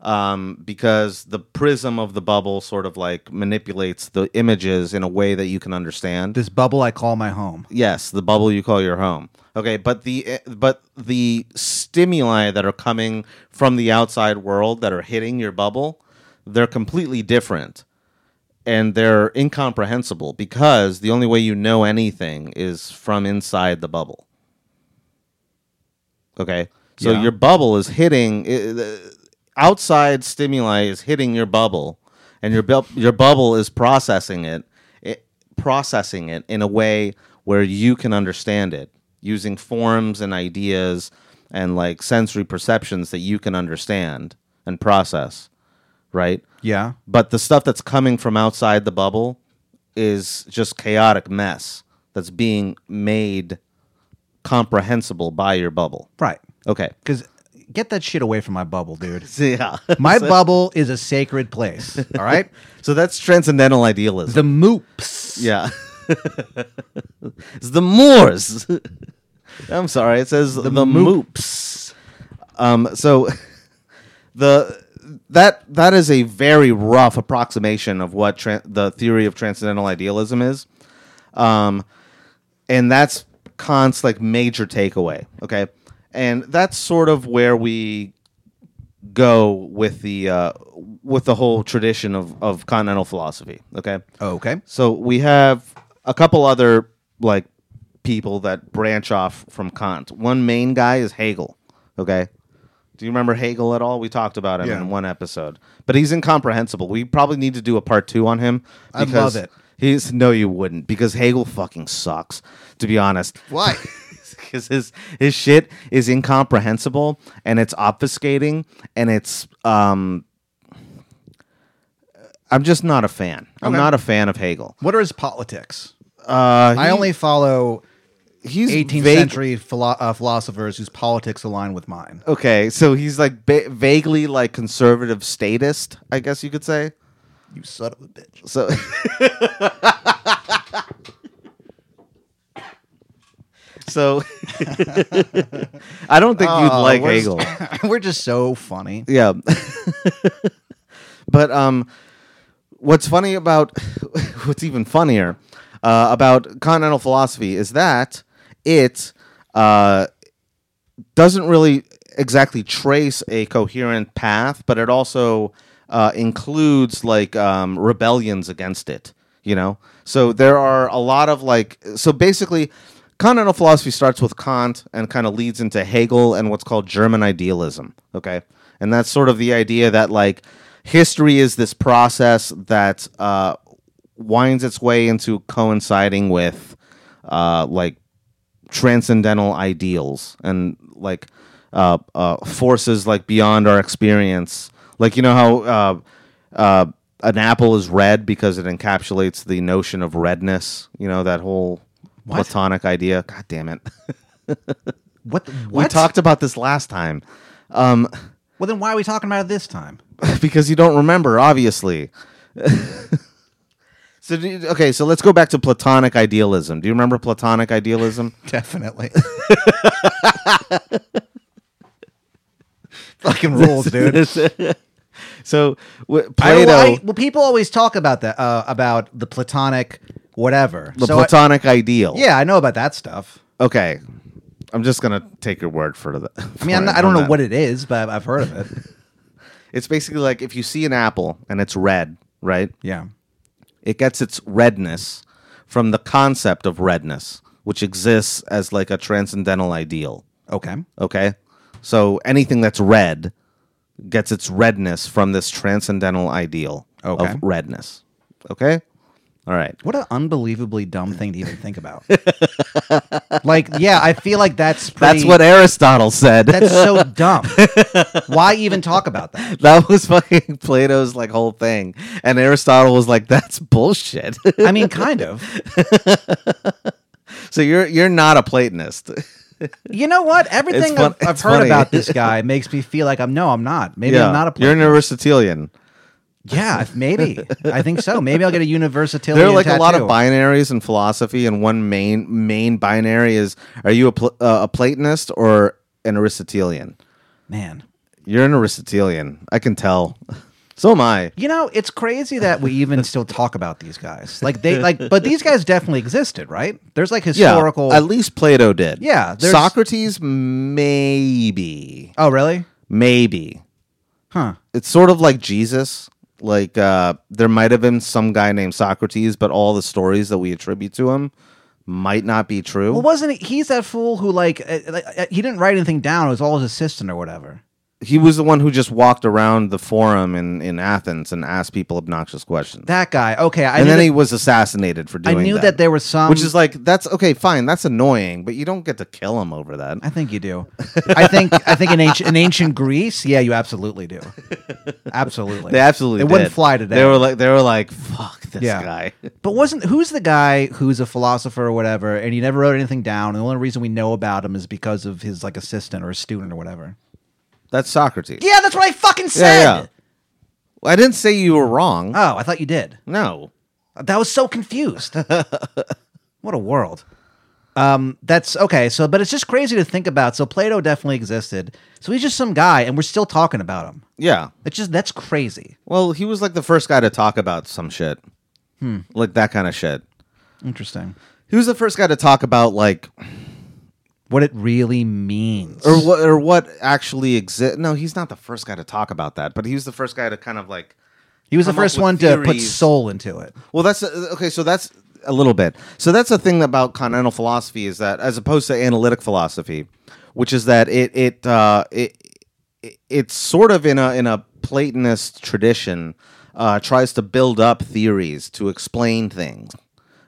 Speaker 3: um, because the prism of the bubble sort of like manipulates the images in a way that you can understand
Speaker 2: This bubble I call my home.
Speaker 3: yes the bubble you call your home okay but the eh, but the stimuli that are coming from the outside world that are hitting your bubble they're completely different and they're incomprehensible because the only way you know anything is from inside the bubble. Okay, so
Speaker 2: Yeah.
Speaker 3: your bubble is hitting i- the- outside stimuli is hitting your bubble, and your bub your bubble is processing it, it, processing it in a way where you can understand it using forms and ideas and like sensory perceptions that you can understand and process, right?
Speaker 2: Yeah.
Speaker 3: but the stuff that's coming from outside the bubble is just chaotic mess that's being made comprehensible by your bubble.
Speaker 2: Right.
Speaker 3: Okay.
Speaker 2: Because get that shit away from my bubble, dude.
Speaker 3: So, yeah.
Speaker 2: My bubble is a sacred place. All right.
Speaker 3: so that's transcendental idealism.
Speaker 2: The moops.
Speaker 3: yeah. it's the Moors. I'm sorry. It says the, moops. Um, so the that that is a very rough approximation of what tran the theory of transcendental idealism is. Um, and that's Kant's like major takeaway. Okay, and that's sort of where we go with the uh, with the whole tradition of of continental philosophy. Okay,
Speaker 2: Okay.
Speaker 3: so we have a couple other like people that branch off from Kant. One main guy is Hegel. Okay. Do you remember Hegel at all? We talked about him
Speaker 2: Yeah.
Speaker 3: in one episode, but he's incomprehensible. We probably need to do a part two on him.
Speaker 2: I love
Speaker 3: because
Speaker 2: it.
Speaker 3: He's no, you wouldn't, because Hegel fucking sucks. To be honest,
Speaker 2: Why?
Speaker 3: because his his shit is incomprehensible and it's obfuscating and it's um. I'm just not a fan. I'm
Speaker 2: Okay.
Speaker 3: not a fan of Hegel.
Speaker 2: What are his politics?
Speaker 3: Uh,
Speaker 2: I
Speaker 3: he-
Speaker 2: only follow
Speaker 3: he's
Speaker 2: 18th
Speaker 3: vague-
Speaker 2: century philo- uh, philosophers whose politics align with mine.
Speaker 3: Okay, so he's like ba- vaguely like conservative statist, I guess you could say.
Speaker 2: You son of a bitch.
Speaker 3: So So I don't think you'd
Speaker 2: Oh,
Speaker 3: like
Speaker 2: we're-
Speaker 3: Hegel.
Speaker 2: We're just so funny.
Speaker 3: Yeah. but um what's funny about what's even funnier uh, about continental philosophy is that it uh, doesn't really exactly trace a coherent path, but it also uh, includes like um, rebellions against it. You know, so there are a lot of like so basically. Continental philosophy starts with Kant and kind of leads into Hegel and what's called German idealism. Okay. And that's sort of the idea that, like, history is this process that uh, winds its way into coinciding with, uh, like, transcendental ideals and like uh, uh, forces like beyond our experience. Like you know how uh, uh, an apple is red because it encapsulates the notion of redness. You know that whole platonic idea. God damn it!
Speaker 2: What? the-
Speaker 3: We
Speaker 2: what?
Speaker 3: talked about this last time. Um,
Speaker 2: well, then why are we talking about it this time?
Speaker 3: because you don't remember, obviously. so do you- okay, so let's go back to platonic idealism. Do you remember platonic idealism?
Speaker 2: Definitely. Fucking rules, dude.
Speaker 3: so w-
Speaker 2: I,
Speaker 3: Plato.
Speaker 2: well, I- well, people always talk about that uh, about the platonic whatever.
Speaker 3: the
Speaker 2: So I-
Speaker 3: platonic ideal.
Speaker 2: yeah, I know about that stuff.
Speaker 3: Okay. I'm just gonna take your word for that.
Speaker 2: I mean, I'm not, I don't know what it is, but I've heard of it.
Speaker 3: it's basically like. If you see an apple and it's red, right?
Speaker 2: Yeah.
Speaker 3: It gets its redness from the concept of redness, which exists as like a transcendental ideal.
Speaker 2: Okay.
Speaker 3: Okay. So anything that's red gets its redness from this transcendental ideal
Speaker 2: Okay.
Speaker 3: of redness. Okay. All right.
Speaker 2: What an unbelievably dumb thing to even think about. like, yeah, I feel like that's pretty,
Speaker 3: That's what Aristotle said.
Speaker 2: that's so dumb. Why even talk about that?
Speaker 3: that was fucking Plato's like whole thing. And Aristotle was like, that's bullshit.
Speaker 2: I mean, kind of.
Speaker 3: so you're you're not a Platonist.
Speaker 2: You know what? Everything
Speaker 3: fun-
Speaker 2: I've, I've
Speaker 3: it's
Speaker 2: heard
Speaker 3: funny.
Speaker 2: about this guy makes me feel like I'm no, I'm not. Maybe I'm not a
Speaker 3: You're an Aristotelian.
Speaker 2: Yeah, if- maybe. I think so. Maybe I'll get a universitarian.
Speaker 3: There are like a lot of
Speaker 2: tattoo.
Speaker 3: binaries in philosophy, and one main main binary is: Are you a Pl- uh, a Platonist or an Aristotelian?
Speaker 2: man.
Speaker 3: You're an Aristotelian. I can tell. So am I.
Speaker 2: You know, it's crazy that we even still talk about these guys. Like they like, but these guys definitely existed, right? There's like historical.
Speaker 3: Yeah, at least Plato did.
Speaker 2: Yeah, there's-
Speaker 3: Socrates, maybe,
Speaker 2: oh, really?
Speaker 3: maybe.
Speaker 2: Huh?
Speaker 3: It's sort of like Jesus like uh, there might have been some guy named Socrates, but all the stories that we attribute to him might not be true.
Speaker 2: Well, wasn't he? He's that fool who like, uh, like uh, he didn't write anything down. It was all his assistant or whatever.
Speaker 3: he was the one who just walked around the forum in, in Athens and asked people obnoxious questions.
Speaker 2: That guy. Okay, I
Speaker 3: and
Speaker 2: knew
Speaker 3: then
Speaker 2: that,
Speaker 3: he was assassinated for
Speaker 2: I
Speaker 3: doing
Speaker 2: knew that.
Speaker 3: that
Speaker 2: there um, was some.
Speaker 3: which is like that's okay, fine, that's annoying, but you don't get to kill him over that.
Speaker 2: I think you do. I think I think in ancient in ancient Greece, yeah, you absolutely do. Absolutely.
Speaker 3: They absolutely
Speaker 2: It wouldn't
Speaker 3: did.
Speaker 2: fly today.
Speaker 3: They were like they were like fuck this
Speaker 2: Yeah.
Speaker 3: guy.
Speaker 2: But wasn't who's the guy who's a philosopher or whatever, and he never wrote anything down, and the only reason we know about him is because of his like assistant or his student or whatever.
Speaker 3: That's Socrates.
Speaker 2: Yeah, that's what I fucking said.
Speaker 3: yeah, yeah. Well, I didn't say you were wrong.
Speaker 2: Oh, I thought you did.
Speaker 3: no.
Speaker 2: That was so confused. what a world. Um, that's okay. So, but it's just crazy to think about. So Plato definitely existed. So he's just some guy, and we're still talking about him.
Speaker 3: Yeah.
Speaker 2: It's just that's crazy.
Speaker 3: Well, he was like the first guy to talk about some shit. Like that kind of shit.
Speaker 2: Interesting.
Speaker 3: He was the first guy to talk about like
Speaker 2: What it really means.
Speaker 3: or what or what actually exists. No, he's not the first guy to talk about that, but he was the first guy to kind of like.
Speaker 2: he was the
Speaker 3: come up
Speaker 2: first
Speaker 3: with
Speaker 2: one to put
Speaker 3: theories.
Speaker 2: soul into it.
Speaker 3: Well, that's uh, okay. So that's a little bit. So that's the thing about continental philosophy is that, as opposed to analytic philosophy, which is that it it uh, it, it it's sort of in a in a Platonist tradition uh, tries to build up theories to explain things.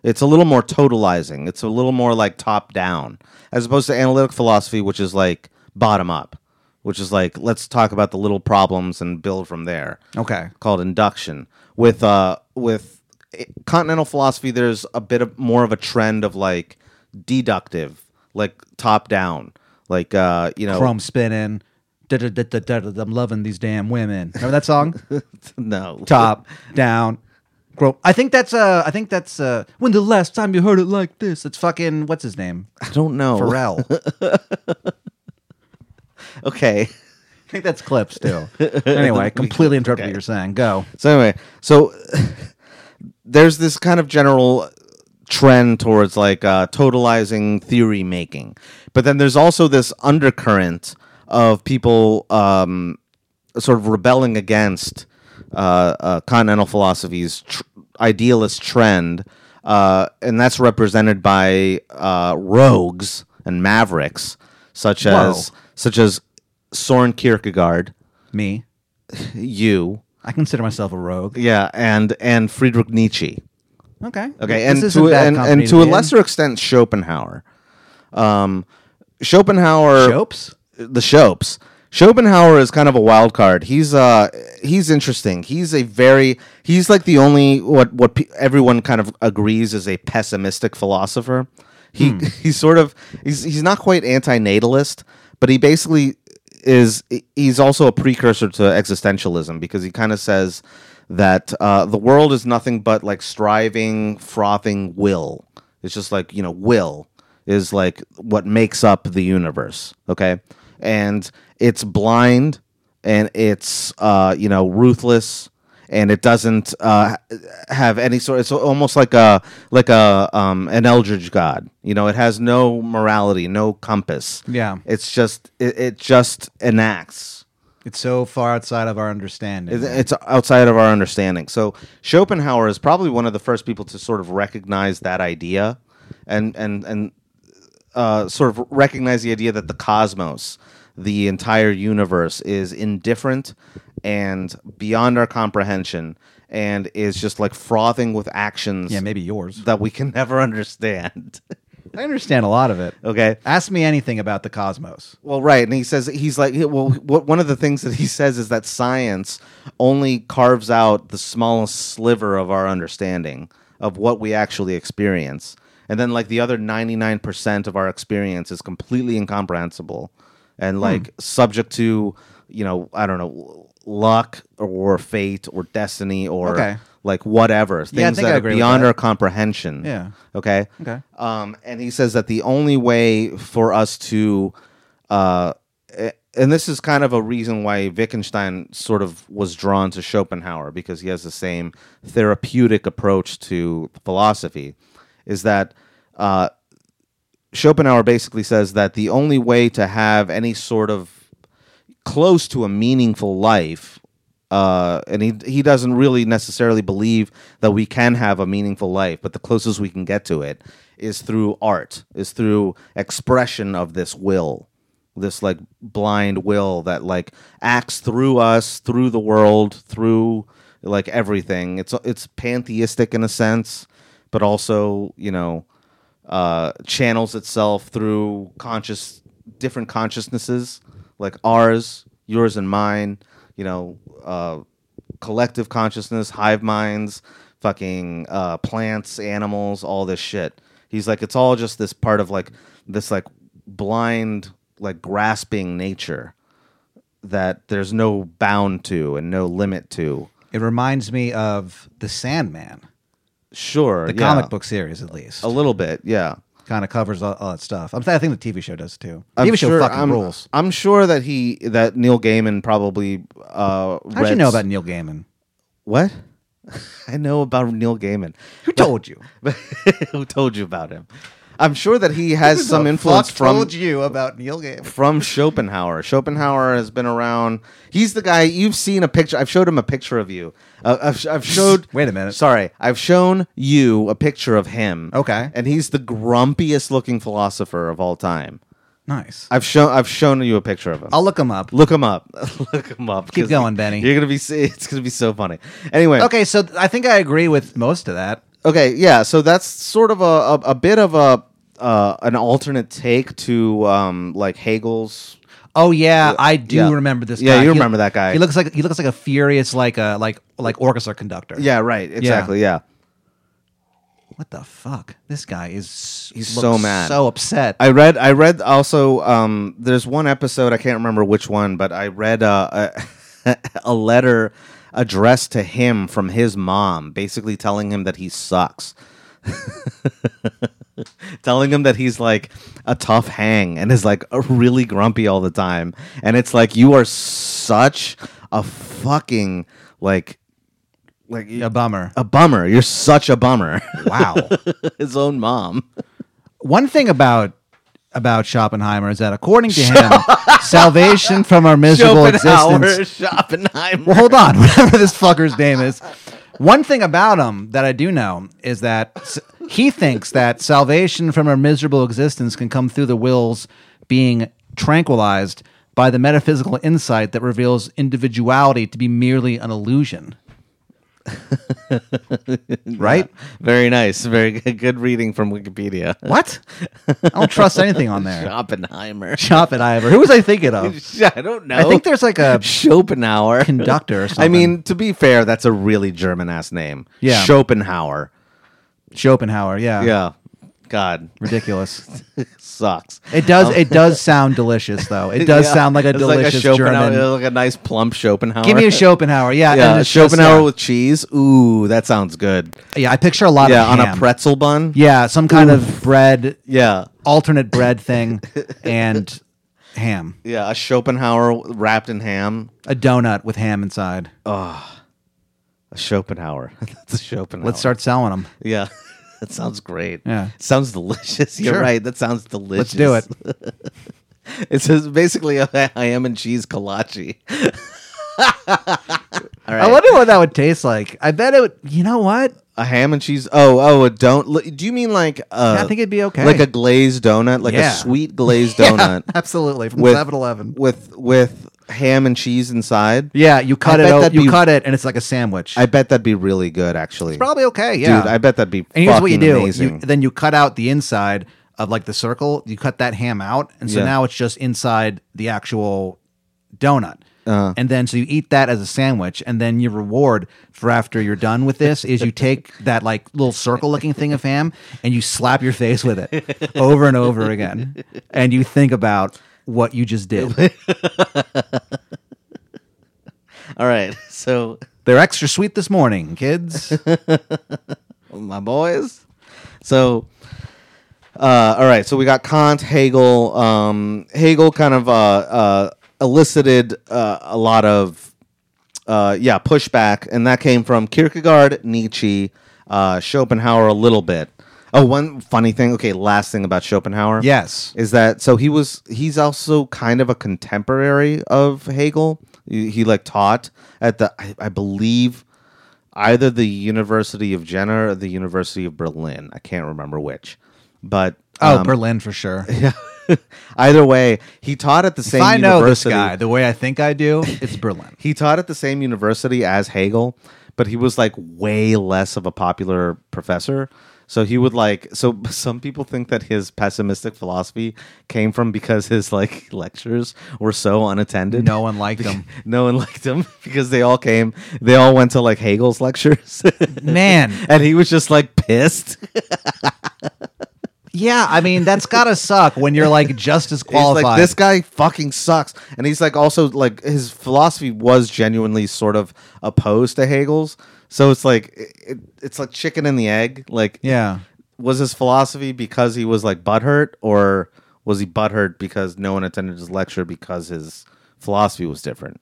Speaker 3: It's a little more totalizing. It's a little more like top down, as opposed to analytic philosophy, which is like bottom up, which is like let's talk about the little problems and build from there
Speaker 2: Okay.
Speaker 3: called induction with uh with i- continental philosophy there's a bit of more of a trend of like deductive like top down like uh you know
Speaker 2: Chrome spinning. Da-da-da-da-da-da, I'm loving these damn women. Remember that song?
Speaker 3: no
Speaker 2: Top down. Grow. I think that's uh. I think that's uh. When the last time you heard it like this? It's fucking what's his name?
Speaker 3: i don't know
Speaker 2: Pharrell.
Speaker 3: okay
Speaker 2: I think that's clips too. Anyway, I completely interrupt what you're saying. Go.
Speaker 3: so anyway so there's this kind of general trend towards like uh, totalizing theory making but then there's also this undercurrent of people um, sort of rebelling against uh, uh, continental philosophy's tr- idealist trend, uh, and that's represented by uh, rogues and mavericks such as such as Soren Kierkegaard,
Speaker 2: Me.
Speaker 3: you,
Speaker 2: I consider myself a rogue.
Speaker 3: yeah, and and Friedrich Nietzsche.
Speaker 2: Okay.
Speaker 3: Okay,
Speaker 2: This
Speaker 3: and
Speaker 2: isn't
Speaker 3: to,
Speaker 2: bad
Speaker 3: and,
Speaker 2: company
Speaker 3: and to a
Speaker 2: be in.
Speaker 3: lesser extent, Schopenhauer. Um, Schopenhauer,
Speaker 2: Jopes.
Speaker 3: the Shopes. Schopenhauer is kind of a wild card. He's uh he's interesting. He's a very he's like the only what what pe- everyone kind of agrees is a pessimistic philosopher. He
Speaker 2: Hmm.
Speaker 3: he's sort of he's he's not quite antinatalist, but he basically is he's also a precursor to existentialism because he kind of says that uh, the world is nothing but like striving, frothing will. It's just like you know will is like what makes up the universe okay and it's blind and it's uh you know ruthless and it doesn't uh have any sort it's almost like a like a um an eldritch god you know it has no morality no compass
Speaker 2: Yeah.
Speaker 3: it's just it, it just enacts
Speaker 2: It's so far outside of our understanding.
Speaker 3: it- It's outside of our understanding. So Schopenhauer is probably one of the first people to sort of recognize that idea, and and and uh, sort of recognize the idea that the cosmos, the entire universe, is indifferent and beyond our comprehension, and is just like frothing with actions
Speaker 2: yeah, maybe yours.
Speaker 3: that we can never understand.
Speaker 2: I understand a lot of it.
Speaker 3: okay.
Speaker 2: Ask me anything about the cosmos.
Speaker 3: Well, right, and he says he's like, well, what, one of the things that he says is that science only carves out the smallest sliver of our understanding of what we actually experience, and then like the other ninety nine percent of our experience is completely incomprehensible,
Speaker 2: Hmm.
Speaker 3: and like subject to you know I don't know luck or fate or destiny or
Speaker 2: Okay.
Speaker 3: like whatever things
Speaker 2: Yeah, I think I
Speaker 3: that
Speaker 2: agree
Speaker 3: are
Speaker 2: with
Speaker 3: beyond
Speaker 2: that.
Speaker 3: our comprehension.
Speaker 2: Yeah.
Speaker 3: Okay.
Speaker 2: Okay.
Speaker 3: Um, and he says that the only way for us to, uh, a- and this is kind of a reason why Wittgenstein sort of was drawn to Schopenhauer because he has the same therapeutic approach to philosophy, is that uh, Schopenhauer basically says that the only way to have any sort of close to a meaningful life uh, and he he doesn't really necessarily believe that we can have a meaningful life, but the closest we can get to it is through art, is through expression of this will, this like blind will that like acts through us, through the world, through like everything. It's it's pantheistic in a sense, but also you know uh, channels itself through conscious different consciousnesses like ours, yours, and mine. You know, uh, collective consciousness, hive minds, fucking uh, plants, animals, all this shit. He's like, it's all just this part of like this like blind like grasping nature that there's no bound to and no limit to.
Speaker 2: It reminds me of The Sandman,
Speaker 3: Sure,
Speaker 2: the
Speaker 3: yeah. Oh.
Speaker 2: comic book series at least.
Speaker 3: a little bit, yeah.
Speaker 2: Kind of covers all, all that stuff. I'm, I think the TV show does too. The TV show fucking
Speaker 3: I'm,
Speaker 2: rules.
Speaker 3: I'm sure that he that Neil Gaiman probably. Uh,
Speaker 2: How'd you know about Neil Gaiman?
Speaker 3: what? I know about Neil Gaiman.
Speaker 2: Who told you?
Speaker 3: Who told you about him? I'm sure that he has some
Speaker 2: The
Speaker 3: influence
Speaker 2: fuck
Speaker 3: from
Speaker 2: told you about Neil Gaiman.
Speaker 3: from Schopenhauer. Schopenhauer has been around. He's the guy you've seen a picture. I've showed him a picture of you. Uh, I've, I've showed.
Speaker 2: Wait a minute.
Speaker 3: Sorry, I've shown you a picture of him.
Speaker 2: Okay.
Speaker 3: and he's the grumpiest looking philosopher of all time.
Speaker 2: Nice.
Speaker 3: I've shown I've shown you a picture of him.
Speaker 2: I'll look him up.
Speaker 3: Look him up. Look him up.
Speaker 2: Keep
Speaker 3: 'cause
Speaker 2: going, Benny.
Speaker 3: You're gonna be. s- It's gonna be so funny. Anyway.
Speaker 2: Okay, so th- I think I agree with most of that.
Speaker 3: Okay. Yeah. So that's sort of a a, a bit of a uh, an alternate take to um like Hegel's.
Speaker 2: Oh yeah, I do
Speaker 3: yeah.
Speaker 2: remember this.
Speaker 3: Yeah,
Speaker 2: guy.
Speaker 3: you
Speaker 2: He-
Speaker 3: remember that guy.
Speaker 2: He looks like he looks like a furious like a like like orchestra conductor.
Speaker 3: Yeah. Right. Exactly. Yeah.
Speaker 2: What the fuck? This guy is
Speaker 3: He's
Speaker 2: looks
Speaker 3: so mad.
Speaker 2: so upset.
Speaker 3: I read. I read also. Um, there's one episode. I can't remember which one, but I read uh, a a letter addressed to him from his mom, basically telling him that he sucks. telling him that he's like a tough hang and is like really grumpy all the time. And it's like you are such a fucking like like
Speaker 2: a bummer.
Speaker 3: a bummer. You're such a bummer.
Speaker 2: Wow.
Speaker 3: his own mom.
Speaker 2: One thing about about Schopenhauer is that according to him, salvation from our miserable existence.
Speaker 3: Schopenhauer, Schopenhauer.
Speaker 2: Well, hold on, whatever this fucker's name is. One thing about him that I do know is that s- he thinks that salvation from our miserable existence can come through the will's being tranquilized by the metaphysical insight that reveals individuality to be merely an illusion. right?
Speaker 3: Very nice. Very good, good reading from Wikipedia.
Speaker 2: What? I don't trust anything on there.
Speaker 3: Oppenheimer.
Speaker 2: Schopenhauer. Who was I thinking of?
Speaker 3: I don't know.
Speaker 2: I think there's like a
Speaker 3: Schopenhauer.
Speaker 2: conductor or something.
Speaker 3: I mean, to be fair, that's a really German ass name.
Speaker 2: Yeah.
Speaker 3: Schopenhauer.
Speaker 2: Schopenhauer. Yeah.
Speaker 3: Yeah. God,
Speaker 2: Ridiculous.
Speaker 3: sucks.
Speaker 2: It does. It does sound delicious, though. It does
Speaker 3: Um, Yeah.
Speaker 2: sound like a
Speaker 3: It's
Speaker 2: delicious
Speaker 3: Schopenhauer- uh,
Speaker 2: German.
Speaker 3: Like a nice plump Schopenhauer.
Speaker 2: Give me a Schopenhauer. Yeah.
Speaker 3: yeah,
Speaker 2: and it's just-
Speaker 3: Schopenhauer
Speaker 2: yeah.
Speaker 3: with cheese. Ooh, that sounds good.
Speaker 2: yeah. I picture a lot
Speaker 3: Yeah,
Speaker 2: of
Speaker 3: on a
Speaker 2: ham.
Speaker 3: pretzel bun.
Speaker 2: Yeah, some kind of bread,
Speaker 3: Yeah.
Speaker 2: alternate bread thing, and ham.
Speaker 3: Yeah, a Schopenhauer wrapped in ham.
Speaker 2: A donut with ham inside.
Speaker 3: Oh. A Schopenhauer. That's a Schopenhauer.
Speaker 2: Let's start selling them.
Speaker 3: Yeah. That sounds great.
Speaker 2: Yeah.
Speaker 3: Sounds delicious. You're
Speaker 2: Sure.
Speaker 3: right. That sounds delicious.
Speaker 2: Let's do it.
Speaker 3: It says basically a I am and cheese kolache. All right.
Speaker 2: I wonder what that would taste like. I bet it would. You know what?
Speaker 3: a ham and cheese. Oh, oh, a don't. Do you mean like uh
Speaker 2: I think it'd be okay.
Speaker 3: like a glazed donut, like
Speaker 2: Yeah.
Speaker 3: a sweet glazed donut
Speaker 2: Absolutely. From
Speaker 3: with
Speaker 2: 7 Eleven.
Speaker 3: with with ham and cheese inside?
Speaker 2: Yeah, you cut
Speaker 3: I
Speaker 2: it
Speaker 3: bet
Speaker 2: out.
Speaker 3: that'd
Speaker 2: You
Speaker 3: be-
Speaker 2: cut it, and it's like a sandwich.
Speaker 3: I bet that'd be really good actually.
Speaker 2: Probably okay. Yeah.
Speaker 3: Dude, I bet that'd be
Speaker 2: And here's what you
Speaker 3: fucking
Speaker 2: do:
Speaker 3: amazing.
Speaker 2: you then you cut out the inside of like the circle. You cut that ham out, and so
Speaker 3: Yeah.
Speaker 2: now it's just inside the actual donut.
Speaker 3: Uh-huh.
Speaker 2: and then so you eat that as a sandwich, and then your reward for after you're done with this is you take that like little circle looking thing of ham and you slap your face with it over and over again, and you think about what you just did.
Speaker 3: All right. So
Speaker 2: They're extra sweet this morning, kids.
Speaker 3: my boys. So, uh, all right. So we got Kant, Hegel. Um, Hegel kind of uh, uh, elicited uh, a lot of uh, yeah pushback, and that came from Kierkegaard, Nietzsche, uh, Schopenhauer a little bit. Oh, one funny thing. Okay, last thing about Schopenhauer.
Speaker 2: Yes.
Speaker 3: is that so? He was. He's also kind of a contemporary of Hegel. He, he, like taught at the I, I believe either the University of Jena or the University of Berlin. I can't remember which, but um,
Speaker 2: Oh, Berlin for sure.
Speaker 3: either way, he taught at the
Speaker 2: If
Speaker 3: same.
Speaker 2: I know this
Speaker 3: university-
Speaker 2: guy the way I think I do, it's Berlin.
Speaker 3: He taught at the same university as Hegel, but he was like way less of a popular professor. So he would like so some people think that his pessimistic philosophy came from because his like lectures were so unattended.
Speaker 2: No one liked him.
Speaker 3: No one liked him because they all came they all went to like Hegel's lectures
Speaker 2: Man,
Speaker 3: and he was just like pissed.
Speaker 2: yeah, I mean that's gotta suck when you're like just as
Speaker 3: He's
Speaker 2: qualified.
Speaker 3: like this guy fucking sucks, and he's like also like his philosophy was genuinely sort of opposed to Hegel's. So it's like it, it- it's like chicken and the egg. Like,
Speaker 2: yeah,
Speaker 3: was his philosophy because he was like butthurt, or was he butthurt because no one attended his lecture because his philosophy was different?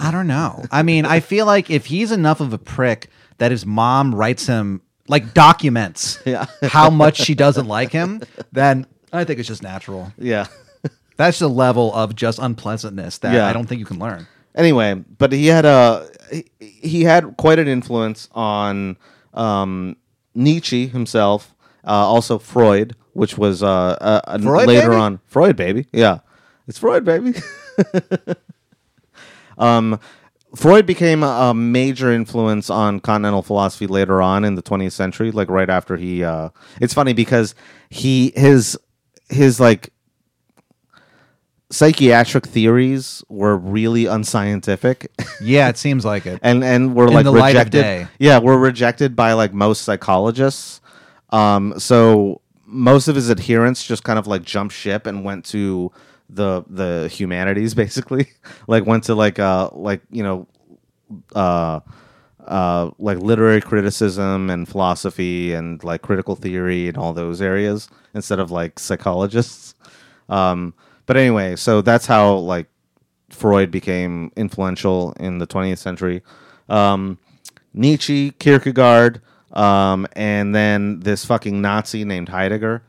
Speaker 2: I don't know. I mean, I feel like if he's enough of a prick that his mom writes him like documents
Speaker 3: Yeah.
Speaker 2: how much she doesn't like him, then I think it's just natural.
Speaker 3: Yeah.
Speaker 2: That's the level of just unpleasantness that
Speaker 3: Yeah.
Speaker 2: I don't think you can learn.
Speaker 3: anyway, but he had a he, he had quite an influence on um, Nietzsche himself, uh, also Freud, which was uh, uh, uh,
Speaker 2: Freud,
Speaker 3: later
Speaker 2: baby?
Speaker 3: on Freud baby. Yeah, it's Freud baby. um, Freud became a, a major influence on continental philosophy later on in the 20th century, like right after he. Uh, it's funny because he his his like psychiatric theories were really unscientific
Speaker 2: Yeah, it seems like it.
Speaker 3: and and were like
Speaker 2: the light of
Speaker 3: rejected.
Speaker 2: day.
Speaker 3: Yeah, were rejected by like most psychologists. Um, so most of his adherents just kind of like jumped ship and went to the the humanities basically, like went to like uh like you know uh uh like literary criticism and philosophy and like critical theory and all those areas instead of like psychologists. Um, but anyway, so that's how like Freud became influential in the 20th century. Um, Nietzsche, Kierkegaard, um, and then this fucking Nazi named Heidegger.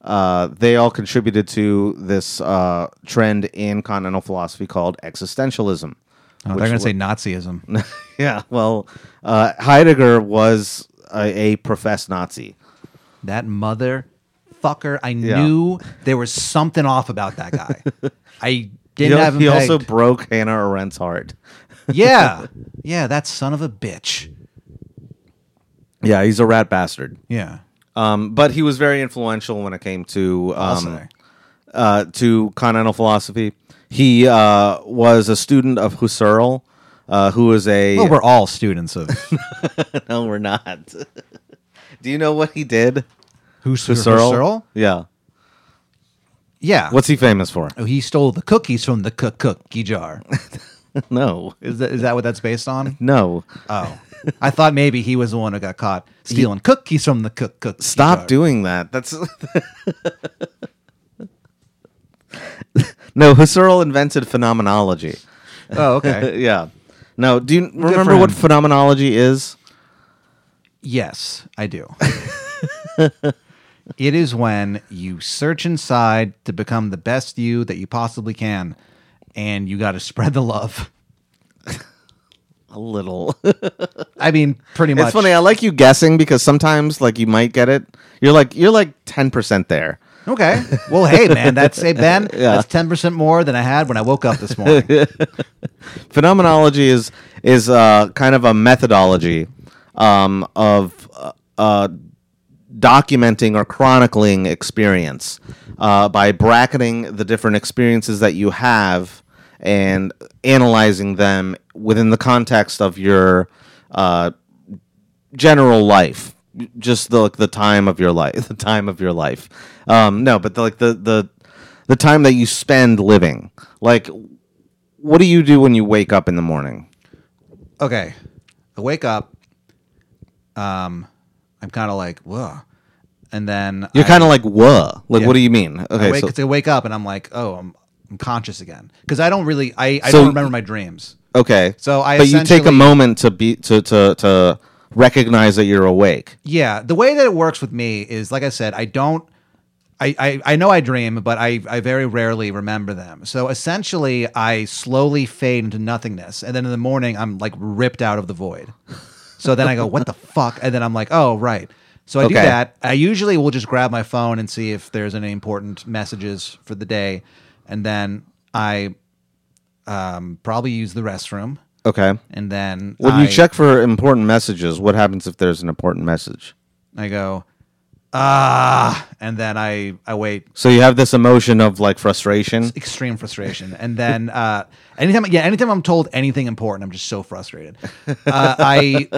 Speaker 3: Uh, they all contributed to this uh, trend in continental philosophy called existentialism.
Speaker 2: Oh, they're going to say Nazism.
Speaker 3: yeah, well, uh, Heidegger was a, a professed Nazi.
Speaker 2: that mother fucker. I knew there was something off about that guy. I didn't
Speaker 3: he
Speaker 2: have him.
Speaker 3: he also
Speaker 2: pegged.
Speaker 3: broke Hannah Arendt's heart.
Speaker 2: yeah, yeah, that son of a bitch.
Speaker 3: Yeah, he's a rat bastard.
Speaker 2: Yeah,
Speaker 3: Um, but he was very influential when it came to
Speaker 2: I'll
Speaker 3: um,
Speaker 2: say.
Speaker 3: uh, to continental philosophy. He uh, was a student of Husserl, uh, who is a.
Speaker 2: Well, we're all students of
Speaker 3: no, we're not. Do you know what he did?
Speaker 2: who's
Speaker 3: Husserl?
Speaker 2: Husserl?
Speaker 3: Yeah.
Speaker 2: Yeah.
Speaker 3: What's he famous for?
Speaker 2: Oh, he stole the cookies from the cook cookie jar.
Speaker 3: no.
Speaker 2: Is that, is that what that's based on?
Speaker 3: No.
Speaker 2: Oh, I thought maybe he was the one who got caught stealing cookies from the cook cook.
Speaker 3: Stop doing that. That's no. Husserl invented phenomenology.
Speaker 2: Oh, okay.
Speaker 3: yeah. No. Do you remember
Speaker 2: for
Speaker 3: what
Speaker 2: him.
Speaker 3: phenomenology is?
Speaker 2: yes, I do. it is when you search inside to become the best you that you possibly can, and you got to spread the love.
Speaker 3: A little.
Speaker 2: I mean, pretty much.
Speaker 3: it's funny. I like you guessing because sometimes, like, you might get it. You're like you're like ten percent there.
Speaker 2: Okay. Well, hey, man, that's hey Ben.
Speaker 3: Yeah.
Speaker 2: That's ten percent more than I had when I woke up this morning.
Speaker 3: phenomenology is is uh, kind of a methodology um, of uh, uh, documenting or chronicling experience uh, by bracketing the different experiences that you have and analyzing them within the context of your uh, general life just the, like the time of your life the time of your life um no but the, like the the the time that you spend living like what do you do when you wake up in the morning
Speaker 2: okay. I wake up. Um, I'm kind of like whoa, and then
Speaker 3: you're
Speaker 2: I-
Speaker 3: kind of like whoa like
Speaker 2: Yeah.
Speaker 3: what do you mean okay
Speaker 2: I wake,
Speaker 3: so,
Speaker 2: I wake up and I'm like, oh, I'm, I'm conscious again because I don't really, I, I
Speaker 3: So-
Speaker 2: don't remember my dreams.
Speaker 3: okay
Speaker 2: So I
Speaker 3: but you take a
Speaker 2: essentially-
Speaker 3: moment to be to to to recognize that you're awake
Speaker 2: Yeah, the way that it works with me is, like I said, I don't, I, I, I know I dream, but I, I very rarely remember them. So essentially, I slowly fade into nothingness. And then in the morning, I'm like ripped out of the void. So then I go, what the fuck? And then I'm like, oh, right. So I do
Speaker 3: Okay.
Speaker 2: that. I usually will just grab my phone and see if there's any important messages for the day. And then I um, probably use the restroom.
Speaker 3: Okay.
Speaker 2: And then
Speaker 3: When
Speaker 2: I,
Speaker 3: you check for important messages, what happens if there's an important message?
Speaker 2: I go, ah. And then I, I wait
Speaker 3: So you have this emotion of like frustration.
Speaker 2: extreme frustration. And then uh, anytime, yeah, anytime I'm told anything important, I'm just so frustrated. Uh, I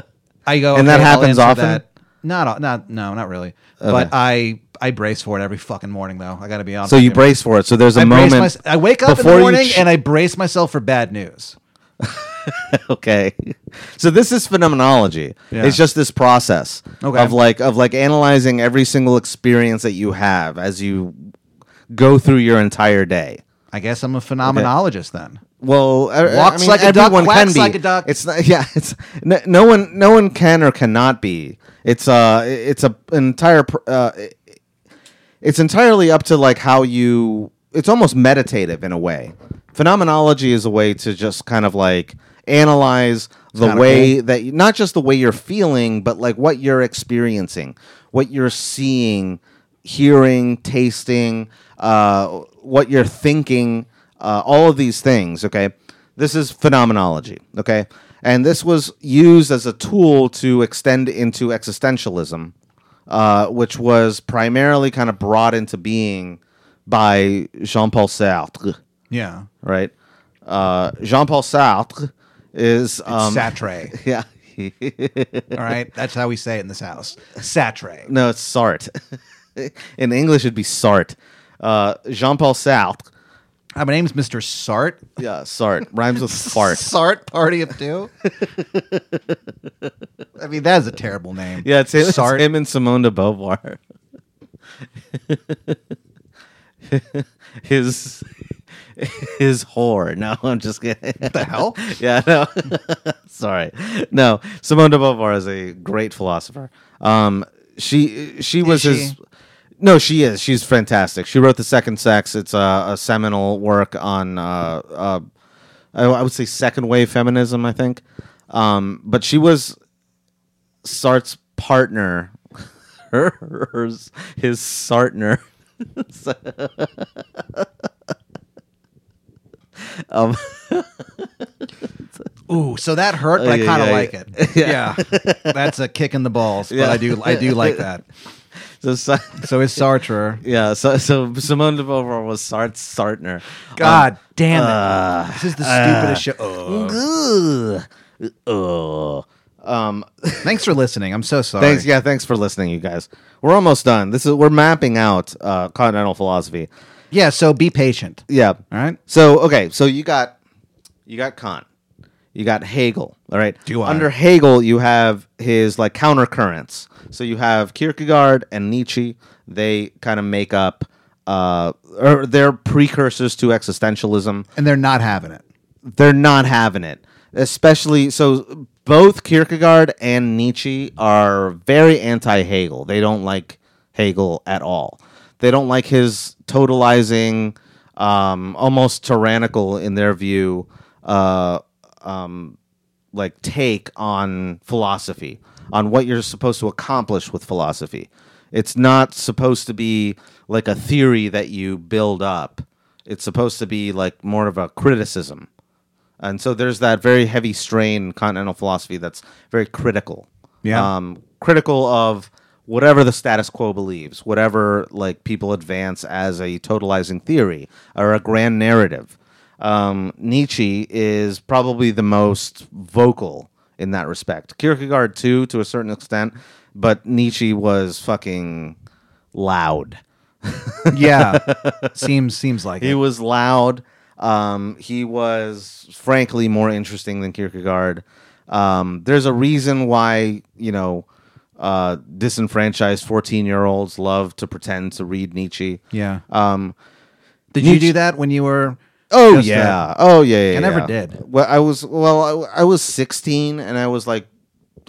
Speaker 2: I go,
Speaker 3: And that
Speaker 2: "Okay, I'll
Speaker 3: happens
Speaker 2: answer
Speaker 3: often?
Speaker 2: that." Not al- not no, not really. But I I brace for it every fucking morning though. I got to be honest.
Speaker 3: So
Speaker 2: with
Speaker 3: you brace for it. So there's a
Speaker 2: I brace
Speaker 3: moment.
Speaker 2: mys- I wake up in
Speaker 3: before
Speaker 2: the
Speaker 3: you
Speaker 2: morning
Speaker 3: ch-
Speaker 2: and I brace myself for bad news.
Speaker 3: okay. So this is phenomenology.
Speaker 2: Yeah.
Speaker 3: It's just this process
Speaker 2: Okay.
Speaker 3: of like of like analyzing every single experience that you have as you go through your entire day.
Speaker 2: I guess I'm a phenomenologist then.
Speaker 3: Well, I- I
Speaker 2: Walks
Speaker 3: mean,
Speaker 2: like a duck,
Speaker 3: everyone
Speaker 2: quacks
Speaker 3: can be.
Speaker 2: like a duck.
Speaker 3: It's not. Yeah, it's no, no one. No one can or cannot be. It's uh, it's a an entire. pr- Uh, it's entirely up to like how you. It's almost meditative in a way. Phenomenology is a way to just kind of like analyze the
Speaker 2: kinda
Speaker 3: way that you, not just the way you're feeling, but like what you're experiencing, what you're seeing, hearing, tasting, uh, what you're thinking, uh, all of these things. Okay, this is phenomenology. Okay, and this was used as a tool to extend into existentialism, uh, which was primarily kind of brought into being by Jean-Paul Sartre
Speaker 2: Yeah.
Speaker 3: right? Uh, Jean Paul Sartre is um,
Speaker 2: Satre.
Speaker 3: yeah.
Speaker 2: All right. That's how we say it in this house. Satre.
Speaker 3: no, it's Sartre. In English, it'd be Sartre. Uh, Jean Paul Sartre.
Speaker 2: Hi, Uh, my name's Mr. Sart.
Speaker 3: Yeah, Sartre rhymes with fart.
Speaker 2: Sart Party of Two. I mean, that is a terrible name.
Speaker 3: Yeah, it's him, it's
Speaker 2: Sartre.
Speaker 3: him and Simone de Beauvoir. his his whore. No, I'm just kidding.
Speaker 2: the hell?
Speaker 3: yeah, no. Sorry. No, Simone de Beauvoir is a great philosopher. Um, she she was
Speaker 2: she?
Speaker 3: his. No, she is. She's fantastic. She wrote The Second Sex. It's a, a seminal work on, uh, uh, I, I would say, second wave feminism, I think. Um, but she was Sartre's partner, her, hers, his Sartner. um,
Speaker 2: Ooh, so that hurt, but I
Speaker 3: Yeah,
Speaker 2: kind of
Speaker 3: yeah,
Speaker 2: like it. Yeah. that's a kick in the balls, but
Speaker 3: Yeah.
Speaker 2: I do, I do like that.
Speaker 3: so, Sa-
Speaker 2: So is Sartre.
Speaker 3: yeah, so, so Simone de Beauvoir was Sartre's Um, Sartner.
Speaker 2: God damn it!
Speaker 3: Uh,
Speaker 2: this is the stupidest show. Ugh.
Speaker 3: Um, ugh. um,
Speaker 2: Thanks for listening. I'm so sorry.
Speaker 3: thanks. Yeah, thanks for listening, you guys. We're almost done. This is we're mapping out uh, continental philosophy.
Speaker 2: Yeah, So be patient.
Speaker 3: Yeah.
Speaker 2: All right.
Speaker 3: So okay, so you got you got Kant, you got Hegel. All right.
Speaker 2: Do I?
Speaker 3: Under Hegel, you have his like counter currents. So you have Kierkegaard and Nietzsche. They kind of make up uh, or they're precursors to existentialism.
Speaker 2: And they're not having it.
Speaker 3: They're not having it, especially so. Both Kierkegaard and Nietzsche are very anti-Hegel. They don't like Hegel at all. They don't like his totalizing, um, almost tyrannical in their view, uh, um, like take on philosophy, on what you're supposed to accomplish with philosophy. It's not supposed to be like a theory that you build up. It's supposed to be like more of a criticism. And so there's that very heavy strain in continental philosophy that's very critical.
Speaker 2: Yeah.
Speaker 3: Um, critical of whatever the status quo believes, whatever like people advance as a totalizing theory or a grand narrative. Um, Nietzsche is probably the most vocal in that respect. Kierkegaard too, to a certain extent, but Nietzsche was fucking loud.
Speaker 2: Yeah. seems seems like
Speaker 3: He
Speaker 2: it.
Speaker 3: was loud. Um, he was frankly more interesting than Kierkegaard. Um, there's a reason why you know uh, disenfranchised 14 year olds love to pretend to read Nietzsche.
Speaker 2: Yeah.
Speaker 3: Um,
Speaker 2: Did you
Speaker 3: Nietzsche-
Speaker 2: do that when you were?
Speaker 3: oh
Speaker 2: Just
Speaker 3: yeah.
Speaker 2: that.
Speaker 3: Oh yeah. yeah,
Speaker 2: I never
Speaker 3: yeah.
Speaker 2: did.
Speaker 3: Well, I was well. I, I was 16 and I was like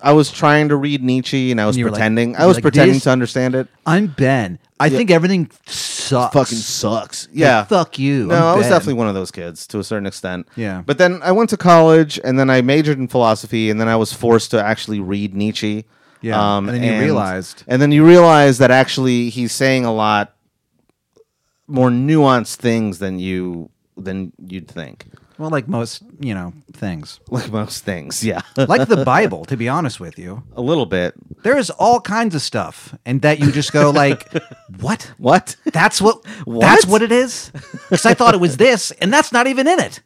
Speaker 3: I was trying to read Nietzsche and I was
Speaker 2: you were like-
Speaker 3: pretending
Speaker 2: you
Speaker 3: I
Speaker 2: were
Speaker 3: was
Speaker 2: like,
Speaker 3: pretending
Speaker 2: "This
Speaker 3: to understand it.
Speaker 2: I'm Ben. I think everything sucks.
Speaker 3: sucks.
Speaker 2: Like,
Speaker 3: Yeah.
Speaker 2: fuck you.
Speaker 3: No,
Speaker 2: I'm
Speaker 3: I was
Speaker 2: Ben.
Speaker 3: definitely one of those kids to a certain extent.
Speaker 2: Yeah.
Speaker 3: But then I went to college and then I majored in philosophy and then I was forced to actually read Nietzsche. Um,
Speaker 2: Yeah, and then you realized.
Speaker 3: And then you realize that actually he's saying a lot more nuanced things than you than you'd think.
Speaker 2: Well, like most, you know, things.
Speaker 3: Like most things, yeah.
Speaker 2: Like the Bible, to be honest with you.
Speaker 3: a little bit.
Speaker 2: There is all kinds of stuff, and that you just go like, "What?
Speaker 3: What?
Speaker 2: That's what?
Speaker 3: What?
Speaker 2: That's what it is?" Because I thought it was this, and that's not even in it.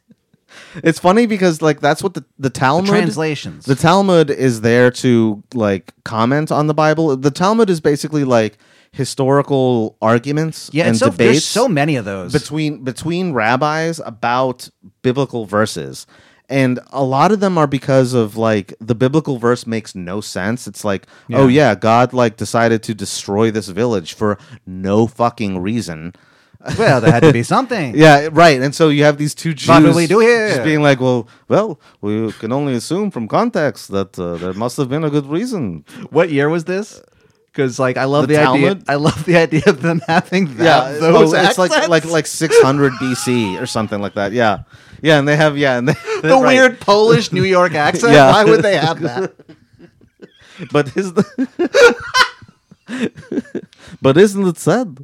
Speaker 3: It's funny because like that's what the, the Talmud
Speaker 2: translations.
Speaker 3: The Talmud is there to like comment on the Bible. The Talmud is basically like historical arguments
Speaker 2: Yeah, and,
Speaker 3: and
Speaker 2: so there's
Speaker 3: debates
Speaker 2: so many of those.
Speaker 3: between between rabbis about biblical verses. And a lot of them are because of like the biblical verse makes no sense. It's like, oh yeah, God like decided to destroy this village for no fucking reason.
Speaker 2: well, there had to be something.
Speaker 3: Yeah, right. And so you have these two Jews
Speaker 2: What do we do here?
Speaker 3: just being like, well, well, we can only assume from context that uh, there must have been a good reason.
Speaker 2: What year was this? Because like I love
Speaker 3: The
Speaker 2: the, idea.
Speaker 3: Talmud?
Speaker 2: I love the idea of them having that.
Speaker 3: Yeah,
Speaker 2: those
Speaker 3: oh, it's
Speaker 2: accents.
Speaker 3: like like like 600 BC or something like that. Yeah, yeah, and they have yeah, and they,
Speaker 2: the weird Polish New York accent.
Speaker 3: Yeah.
Speaker 2: Why would they have that?
Speaker 3: But is the but isn't it sad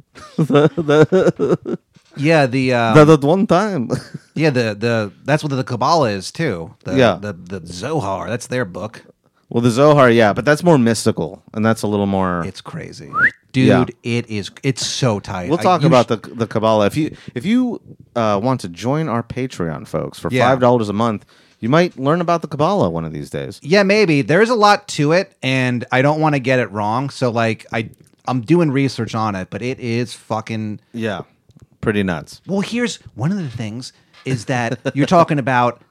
Speaker 2: Yeah, the uh,
Speaker 3: that at one time?
Speaker 2: yeah the the that's what the Kabbalah is too. The,
Speaker 3: Yeah.
Speaker 2: the the Zohar. That's their book.
Speaker 3: well, the Zohar, yeah, but that's more mystical, and that's a little more.
Speaker 2: It's crazy, dude.
Speaker 3: Yeah.
Speaker 2: It is. It's so tight.
Speaker 3: We'll
Speaker 2: I-
Speaker 3: talk
Speaker 2: you
Speaker 3: about
Speaker 2: sh-
Speaker 3: the the Kabbalah. If you if you uh, want to join our Patreon, folks, for
Speaker 2: Yeah.
Speaker 3: five dollars a month, you might learn about the Kabbalah one of these days.
Speaker 2: yeah, maybe there's a lot to it, and I don't want to get it wrong. So like I I'm doing research on it, but it is fucking.
Speaker 3: Yeah, pretty nuts.
Speaker 2: Well, here's one of the things is that you're talking about,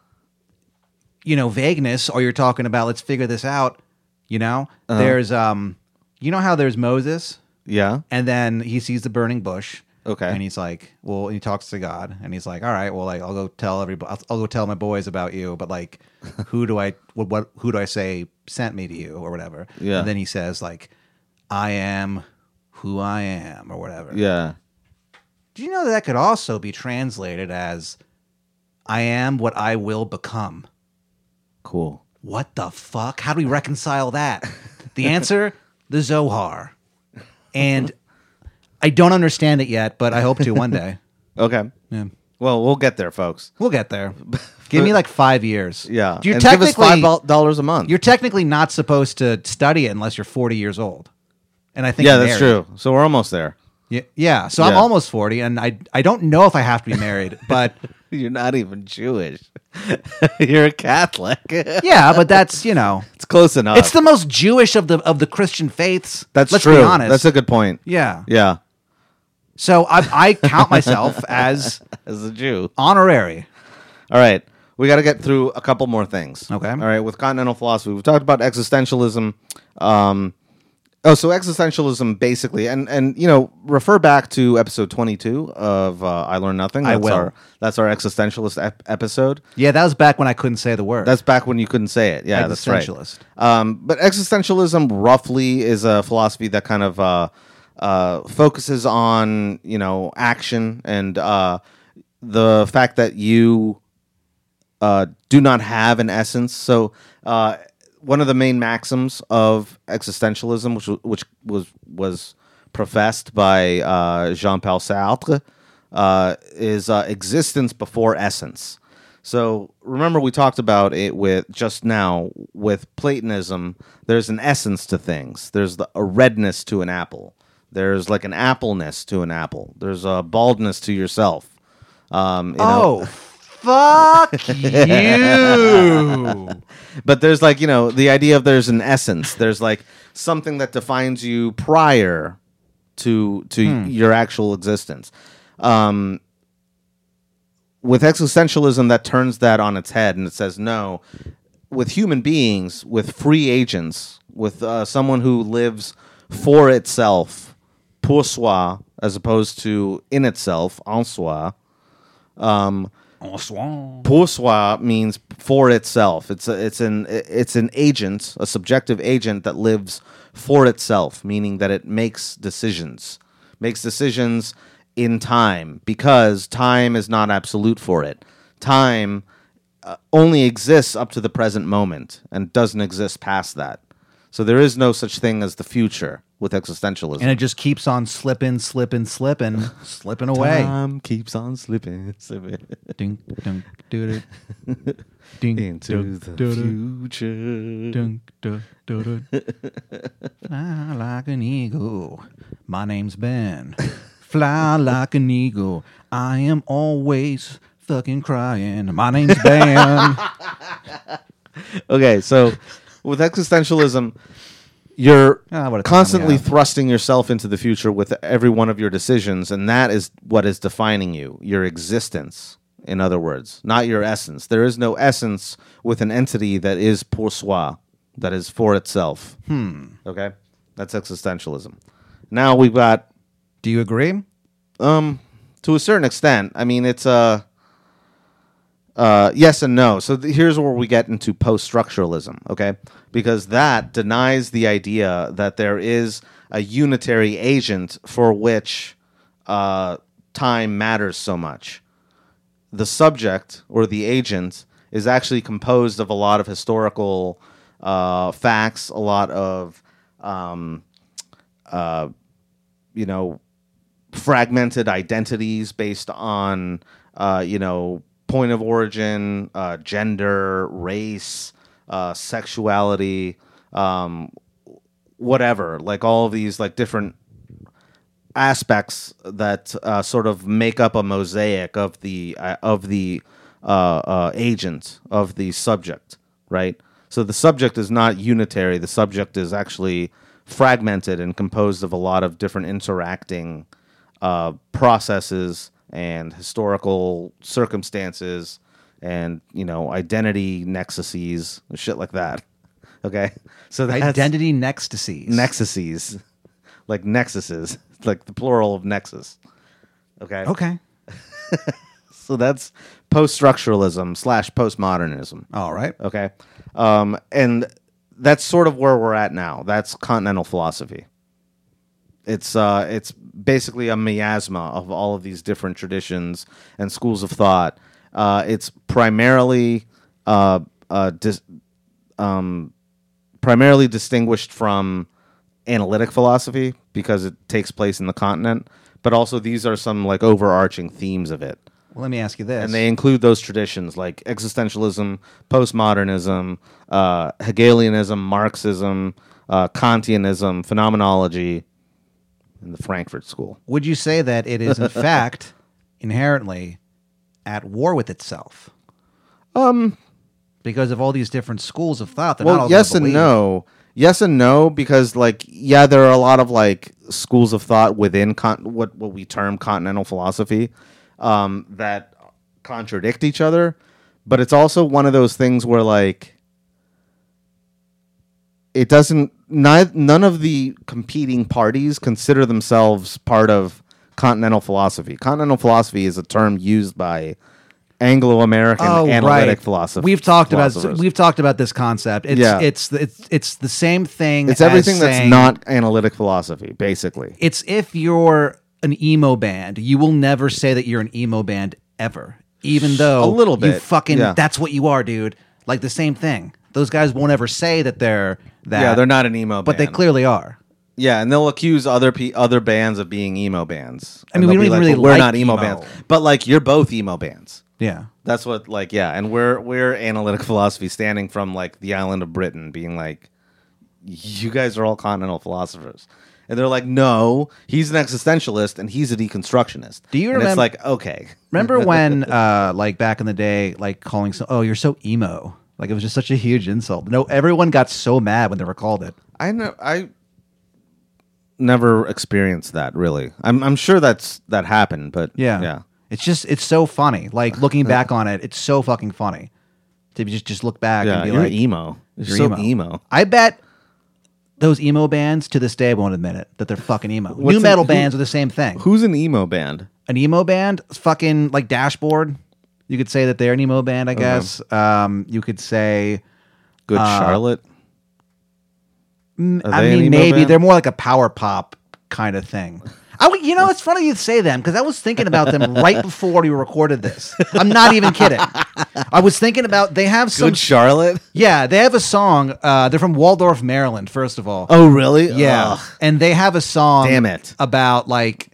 Speaker 2: you know, vagueness, or you're talking about let's figure this out. You know,
Speaker 3: Uh-huh.
Speaker 2: there's um, you know how there's Moses,
Speaker 3: Yeah,
Speaker 2: and then he sees the burning bush.
Speaker 3: Okay.
Speaker 2: And he's like, well, and he talks to God, and he's like, all right, well, like I'll go tell everybody, I'll, I'll go tell my boys about you, but like, who do I what, what who do I say sent me to you or whatever?
Speaker 3: Yeah.
Speaker 2: And then he says like, I am who I am or whatever.
Speaker 3: yeah.
Speaker 2: Do you know that could also be translated as I am what I will become?
Speaker 3: Cool.
Speaker 2: What the fuck? How do we reconcile that? The answer the Zohar. And I don't understand it yet, but I hope to one day.
Speaker 3: Okay.
Speaker 2: Yeah.
Speaker 3: Well, we'll get there, folks.
Speaker 2: We'll get there. Give me like five years.
Speaker 3: Yeah.
Speaker 2: You're
Speaker 3: and give us
Speaker 2: technically,
Speaker 3: five dollars a month.
Speaker 2: you're technically not supposed to study it unless you're 40 years old. And I think
Speaker 3: yeah, that's
Speaker 2: married.
Speaker 3: true. So we're almost there.
Speaker 2: Yeah, yeah. So I'm
Speaker 3: Yeah.
Speaker 2: almost 40, and I I don't know if I have to be married, but
Speaker 3: You're not even Jewish. You're a Catholic. it's
Speaker 2: yeah, but that's you know
Speaker 3: close enough.
Speaker 2: It's the most Jewish of the of the Christian faiths.
Speaker 3: that's
Speaker 2: let's
Speaker 3: true.
Speaker 2: be honest.
Speaker 3: That's a good point.
Speaker 2: yeah.
Speaker 3: Yeah.
Speaker 2: So I, I count myself as
Speaker 3: As a Jew.
Speaker 2: honorary.
Speaker 3: All right. We got to get through a couple more things.
Speaker 2: Okay.
Speaker 3: All right. With continental philosophy, we've talked about existentialism. Um, oh, so existentialism basically, and and you know, refer back to episode twenty two of uh, I Learn Nothing.
Speaker 2: I
Speaker 3: That's
Speaker 2: will.
Speaker 3: Our, that's our existentialist ep- episode.
Speaker 2: Yeah, that was back when I couldn't say the word.
Speaker 3: That's back when you couldn't say it. Yeah, that's right.
Speaker 2: Existentialist.
Speaker 3: Um, but existentialism roughly is a philosophy that kind of uh, uh, focuses on you know action and uh, the fact that you uh, do not have an essence. So uh, one of the main maxims of existentialism, which w- which was was professed by uh, Jean-Paul Sartre, uh, is uh, existence before essence. So remember, we talked about it with just now with Platonism. There's an essence to things. There's the, a redness to an apple. There's like an appleness to an apple. There's a baldness to yourself. Um, you
Speaker 2: oh,
Speaker 3: know,
Speaker 2: fuck you.
Speaker 3: but there's like you know the idea of there's an essence there's like something that defines you prior to to your actual existence um with existentialism that turns that on its head and it says no with human beings with free agents with uh, someone who lives for itself pour soi as opposed to in itself en soi um,
Speaker 2: Bonsoir.
Speaker 3: pour soi means for itself. It's a, it's an it's an agent, a subjective agent that lives for itself, meaning that it makes decisions, makes decisions in time because time is not absolute for it. Time uh, only exists up to the present moment and doesn't exist past that. So there is no such thing as the future with existentialism.
Speaker 2: And it just keeps on slipping, slipping, slipping, slipping away.
Speaker 3: Time keeps on slipping, slipping
Speaker 2: Ding, ding, doo, doo. Ding,
Speaker 3: into
Speaker 2: doo,
Speaker 3: the
Speaker 2: doo, doo.
Speaker 3: future.
Speaker 2: Dun, dun, dun, dun. Fly like an eagle. My name's Ben. Fly like an eagle. I am always fucking crying. My name's Ben. Ah,
Speaker 3: Okay, so with existentialism, you're
Speaker 2: Ah, what a time we
Speaker 3: constantly
Speaker 2: have.
Speaker 3: thrusting yourself into the future with every one of your decisions, and that is what is defining you, your existence, in other words, not your essence. There is no essence with an entity that is pour soi, that is for itself. Hmm. Okay, that's existentialism. Now we've got
Speaker 2: Do you agree?
Speaker 3: um, to a certain extent. I mean, it's uh, uh, yes and no. So th- here's where we get into post-structuralism, okay? Because that denies the idea that there is a unitary agent for which uh, time matters so much. The subject or the agent is actually composed of a lot of historical uh, facts, a lot of um, uh, you know fragmented identities based on uh, you know point of origin uh, gender race uh, sexuality um, whatever like all of these like different aspects that uh, sort of make up a mosaic of the uh, of the uh, uh, agent of the subject, right? So the subject is not unitary. The subject is actually fragmented and composed of a lot of different interacting uh, processes and historical circumstances and you know identity nexuses and shit like that. Okay, so that's
Speaker 2: Identity nextasies.
Speaker 3: nexuses, like nexuses, like the plural of nexus. Okay.
Speaker 2: Okay.
Speaker 3: So that's post-structuralism slash postmodernism.
Speaker 2: All right.
Speaker 3: Okay. Um, and that's sort of where we're at now. That's continental philosophy. It's uh, it's basically a miasma of all of these different traditions and schools of thought. Uh, it's primarily uh, uh, dis- um, primarily distinguished from analytic philosophy because it takes place in the continent, but also these are some like overarching themes of it.
Speaker 2: Well, let me ask you this.
Speaker 3: And they include those traditions like existentialism, postmodernism, uh, Hegelianism, Marxism, uh, Kantianism, phenomenology, and the Frankfurt School.
Speaker 2: Would you say that it is, in fact, inherently at war with itself? Um, because of all these different schools of thought. That not all
Speaker 3: well
Speaker 2: gonna
Speaker 3: yes and
Speaker 2: believe.
Speaker 3: no yes and no because like yeah there are a lot of like schools of thought within con- what what we term continental philosophy um, that contradict each other but it's also one of those things where like it doesn't neither, none of the competing parties consider themselves part of continental philosophy continental philosophy is a term used by anglo-american analytic philosophy
Speaker 2: Oh, We've talked about
Speaker 3: philosophers.
Speaker 2: we've talked about this concept. It's
Speaker 3: Yeah.
Speaker 2: it's it's it's the same thing.
Speaker 3: It's
Speaker 2: as
Speaker 3: everything that's
Speaker 2: saying-
Speaker 3: not analytic philosophy, basically.
Speaker 2: It's if you're an emo band, you will never say that you're an emo band ever, even though
Speaker 3: A little
Speaker 2: You
Speaker 3: bit,
Speaker 2: fucking
Speaker 3: yeah.
Speaker 2: that's what you are, dude. Like the same thing. Those guys won't ever say that they're that.
Speaker 3: yeah, they're not an emo,
Speaker 2: but they
Speaker 3: band.
Speaker 2: clearly are.
Speaker 3: yeah, and they'll accuse other pe- other bands of being emo bands.
Speaker 2: I mean,
Speaker 3: And
Speaker 2: we
Speaker 3: they'll
Speaker 2: don't
Speaker 3: be
Speaker 2: even really
Speaker 3: "But we're
Speaker 2: like
Speaker 3: not emo,
Speaker 2: emo."
Speaker 3: bands, but like you're both emo bands.
Speaker 2: Yeah.
Speaker 3: That's what like yeah, and we're we're analytic philosophy standing from like the island of Britain, being like, you guys are all continental philosophers. And they're like, no, he's an existentialist and he's a deconstructionist.
Speaker 2: Do you
Speaker 3: and
Speaker 2: remem-
Speaker 3: It's like, okay,
Speaker 2: Remember when, uh, like back in the day, like calling some, oh, you're so emo. Like it was just such a huge insult. No, everyone got so mad when they were called it.
Speaker 3: I know I never experienced that really. I'm I'm sure that's that happened, but
Speaker 2: Yeah.
Speaker 3: yeah.
Speaker 2: It's just it's so funny. Like looking back on it, it's so fucking funny. To be- just just look back
Speaker 3: Yeah,
Speaker 2: and be
Speaker 3: you're
Speaker 2: like
Speaker 3: emo. You're,
Speaker 2: "You're
Speaker 3: so emo.
Speaker 2: I bet those emo bands to this day won't admit it that they're fucking emo.
Speaker 3: What's
Speaker 2: New
Speaker 3: an-
Speaker 2: metal
Speaker 3: who-
Speaker 2: bands are the same thing.
Speaker 3: Who's an emo band?
Speaker 2: An emo band, fucking like Dashboard, You could say that they're an emo band, I guess. Um, you could say,
Speaker 3: Good Charlotte. Are
Speaker 2: I
Speaker 3: they an
Speaker 2: mean,
Speaker 3: emo
Speaker 2: maybe
Speaker 3: band?
Speaker 2: they're more like a power pop kind of thing. I, would- you know, it's funny you say them because I was thinking about them right before we recorded this. I'm not even kidding. I was thinking about they have some.
Speaker 3: Good Charlotte.
Speaker 2: yeah, they have a song. Uh, they're from Waldorf, Maryland. First of all,
Speaker 3: Oh, really?
Speaker 2: Yeah,
Speaker 3: Ugh.
Speaker 2: and they have a song.
Speaker 3: Damn it.
Speaker 2: About like,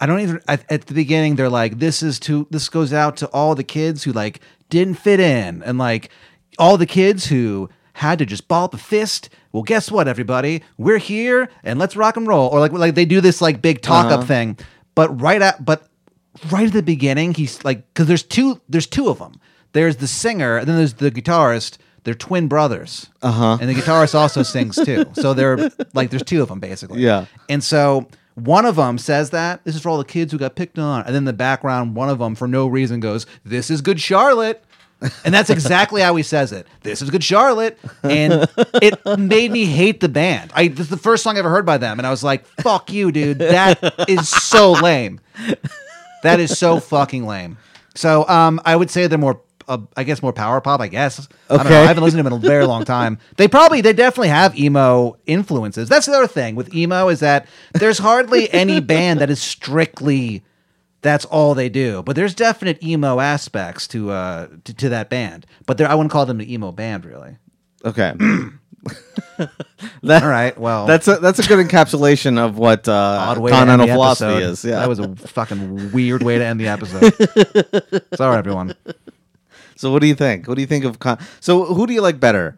Speaker 2: I don't even. At, at the beginning, they're like, "This is to this goes out to all the kids who like didn't fit in, and like all the kids who had to just ball up a fist." Well, guess what, everybody? We're here and let's rock and roll. Or like, like they do this like big talk up thing, but right at but right at the beginning, he's like, because there's two there's two of them. There's the singer, and then there's the guitarist. They're twin brothers. Uh huh. And the guitarist also sings too. So they're like, there's two of them basically.
Speaker 3: Yeah.
Speaker 2: And so one of them says that this is for all the kids who got picked on, and then in the background, one of them for no reason goes, "This is good Charlotte," and that's exactly how he says it. This is good Charlotte, and it made me hate the band. I this is the first song I ever heard by them, and I was like, "Fuck you, dude! That is so lame. That is so fucking lame." So um, I would say they're more. Uh, I guess more power pop. I guess. I don't know.
Speaker 3: Okay.
Speaker 2: I haven't listened to them in a very long time. They probably, they definitely have emo influences. That's the other thing with emo is that there's hardly any band that is strictly that's all they do. But there's definite emo aspects to uh to, to that band. But there, I wouldn't call them an emo band really.
Speaker 3: Okay. that,
Speaker 2: All right, well,
Speaker 3: That's a that's a good encapsulation of what uh,
Speaker 2: odd way
Speaker 3: continental
Speaker 2: to end the
Speaker 3: philosophy
Speaker 2: episode.
Speaker 3: is. Yeah.
Speaker 2: that was a fucking weird way to end the episode. Sorry, everyone.
Speaker 3: so what do you think? What do you think of con- so who do you like better?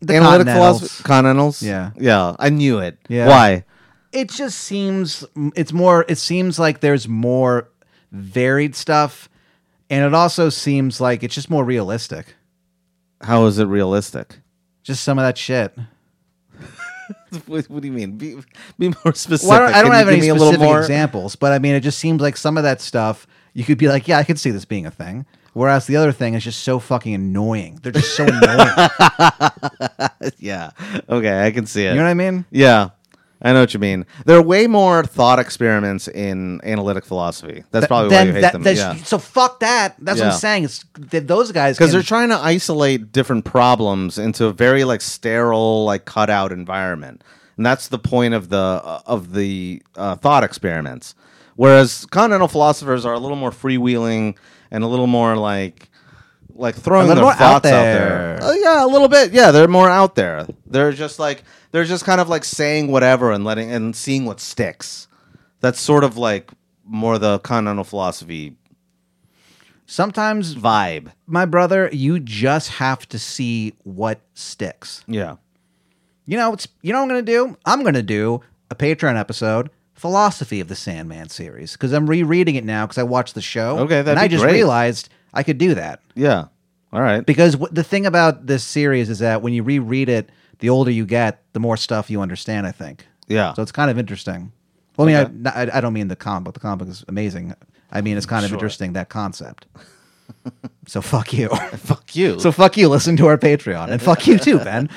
Speaker 2: The Continentals.
Speaker 3: Continentals.
Speaker 2: Yeah.
Speaker 3: Yeah. I knew it.
Speaker 2: Yeah.
Speaker 3: Why?
Speaker 2: it just seems it's more it seems like there's more varied stuff and it also seems like it's just more realistic
Speaker 3: How is it realistic?
Speaker 2: just some of that shit
Speaker 3: What, what do you mean? Be, be more specific.
Speaker 2: well, I don't, I don't
Speaker 3: Can you
Speaker 2: have
Speaker 3: give
Speaker 2: any
Speaker 3: me a little
Speaker 2: specific
Speaker 3: more?
Speaker 2: examples but i mean it just seems like some of that stuff you could be like yeah i could see this being a thing whereas the other thing is just so fucking annoying they're just so annoying
Speaker 3: Yeah. Okay, I can see it.
Speaker 2: you know what i mean
Speaker 3: yeah. I know what you mean. There are way more thought experiments in analytic philosophy. That's probably why
Speaker 2: Then
Speaker 3: you hate
Speaker 2: that-
Speaker 3: them.
Speaker 2: that's-
Speaker 3: Yeah.
Speaker 2: so fuck that that's what
Speaker 3: Yeah.
Speaker 2: i'm saying it's that those guys
Speaker 3: because
Speaker 2: can-
Speaker 3: they're trying to isolate different problems into a very like sterile like cutout environment and that's the point of the of the uh, thought experiments whereas continental philosophers are a little more freewheeling and a little more like like throwing
Speaker 2: A
Speaker 3: their
Speaker 2: little more
Speaker 3: thoughts
Speaker 2: out
Speaker 3: out there,
Speaker 2: there.
Speaker 3: Uh, yeah a little bit yeah they're more out there they're just like they're just kind of like saying whatever and letting and seeing what sticks that's sort of like more the continental philosophy
Speaker 2: sometimes
Speaker 3: vibe
Speaker 2: my brother, you just have to see what sticks.
Speaker 3: yeah
Speaker 2: You know, it's you know what I'm gonna do? I'm gonna do a Patreon episode, Philosophy of the Sandman series, because I'm rereading it now because I watched the show.
Speaker 3: Okay, that'd
Speaker 2: and I
Speaker 3: be
Speaker 2: just
Speaker 3: great.
Speaker 2: realized I could do that
Speaker 3: yeah all right
Speaker 2: because wh- the thing about this series is that when you reread it, the older you get, the more stuff you understand. I think.
Speaker 3: Yeah.
Speaker 2: So it's kind of interesting. Well, I mean, I- not- I, I, don't mean the comic book. The comic book is amazing. I mean, it's kind of interesting that concept. so fuck you.
Speaker 3: fuck you.
Speaker 2: So fuck you. Listen to our Patreon, and fuck you too, Ben.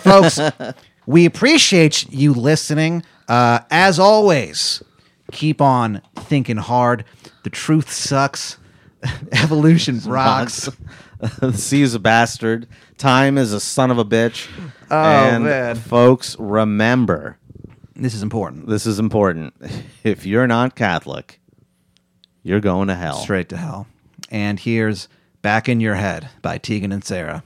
Speaker 2: Folks, we appreciate you listening. Uh, as always, keep on thinking hard. The truth sucks. Evolution rocks.
Speaker 3: the sea is a bastard. Time is a son of a bitch. Oh and
Speaker 2: man.
Speaker 3: folks, remember
Speaker 2: This is important.
Speaker 3: this is important. If you're not Catholic, you're going to hell.
Speaker 2: Straight to hell. And here's "Back in Your Head" by Tegan and Sarah.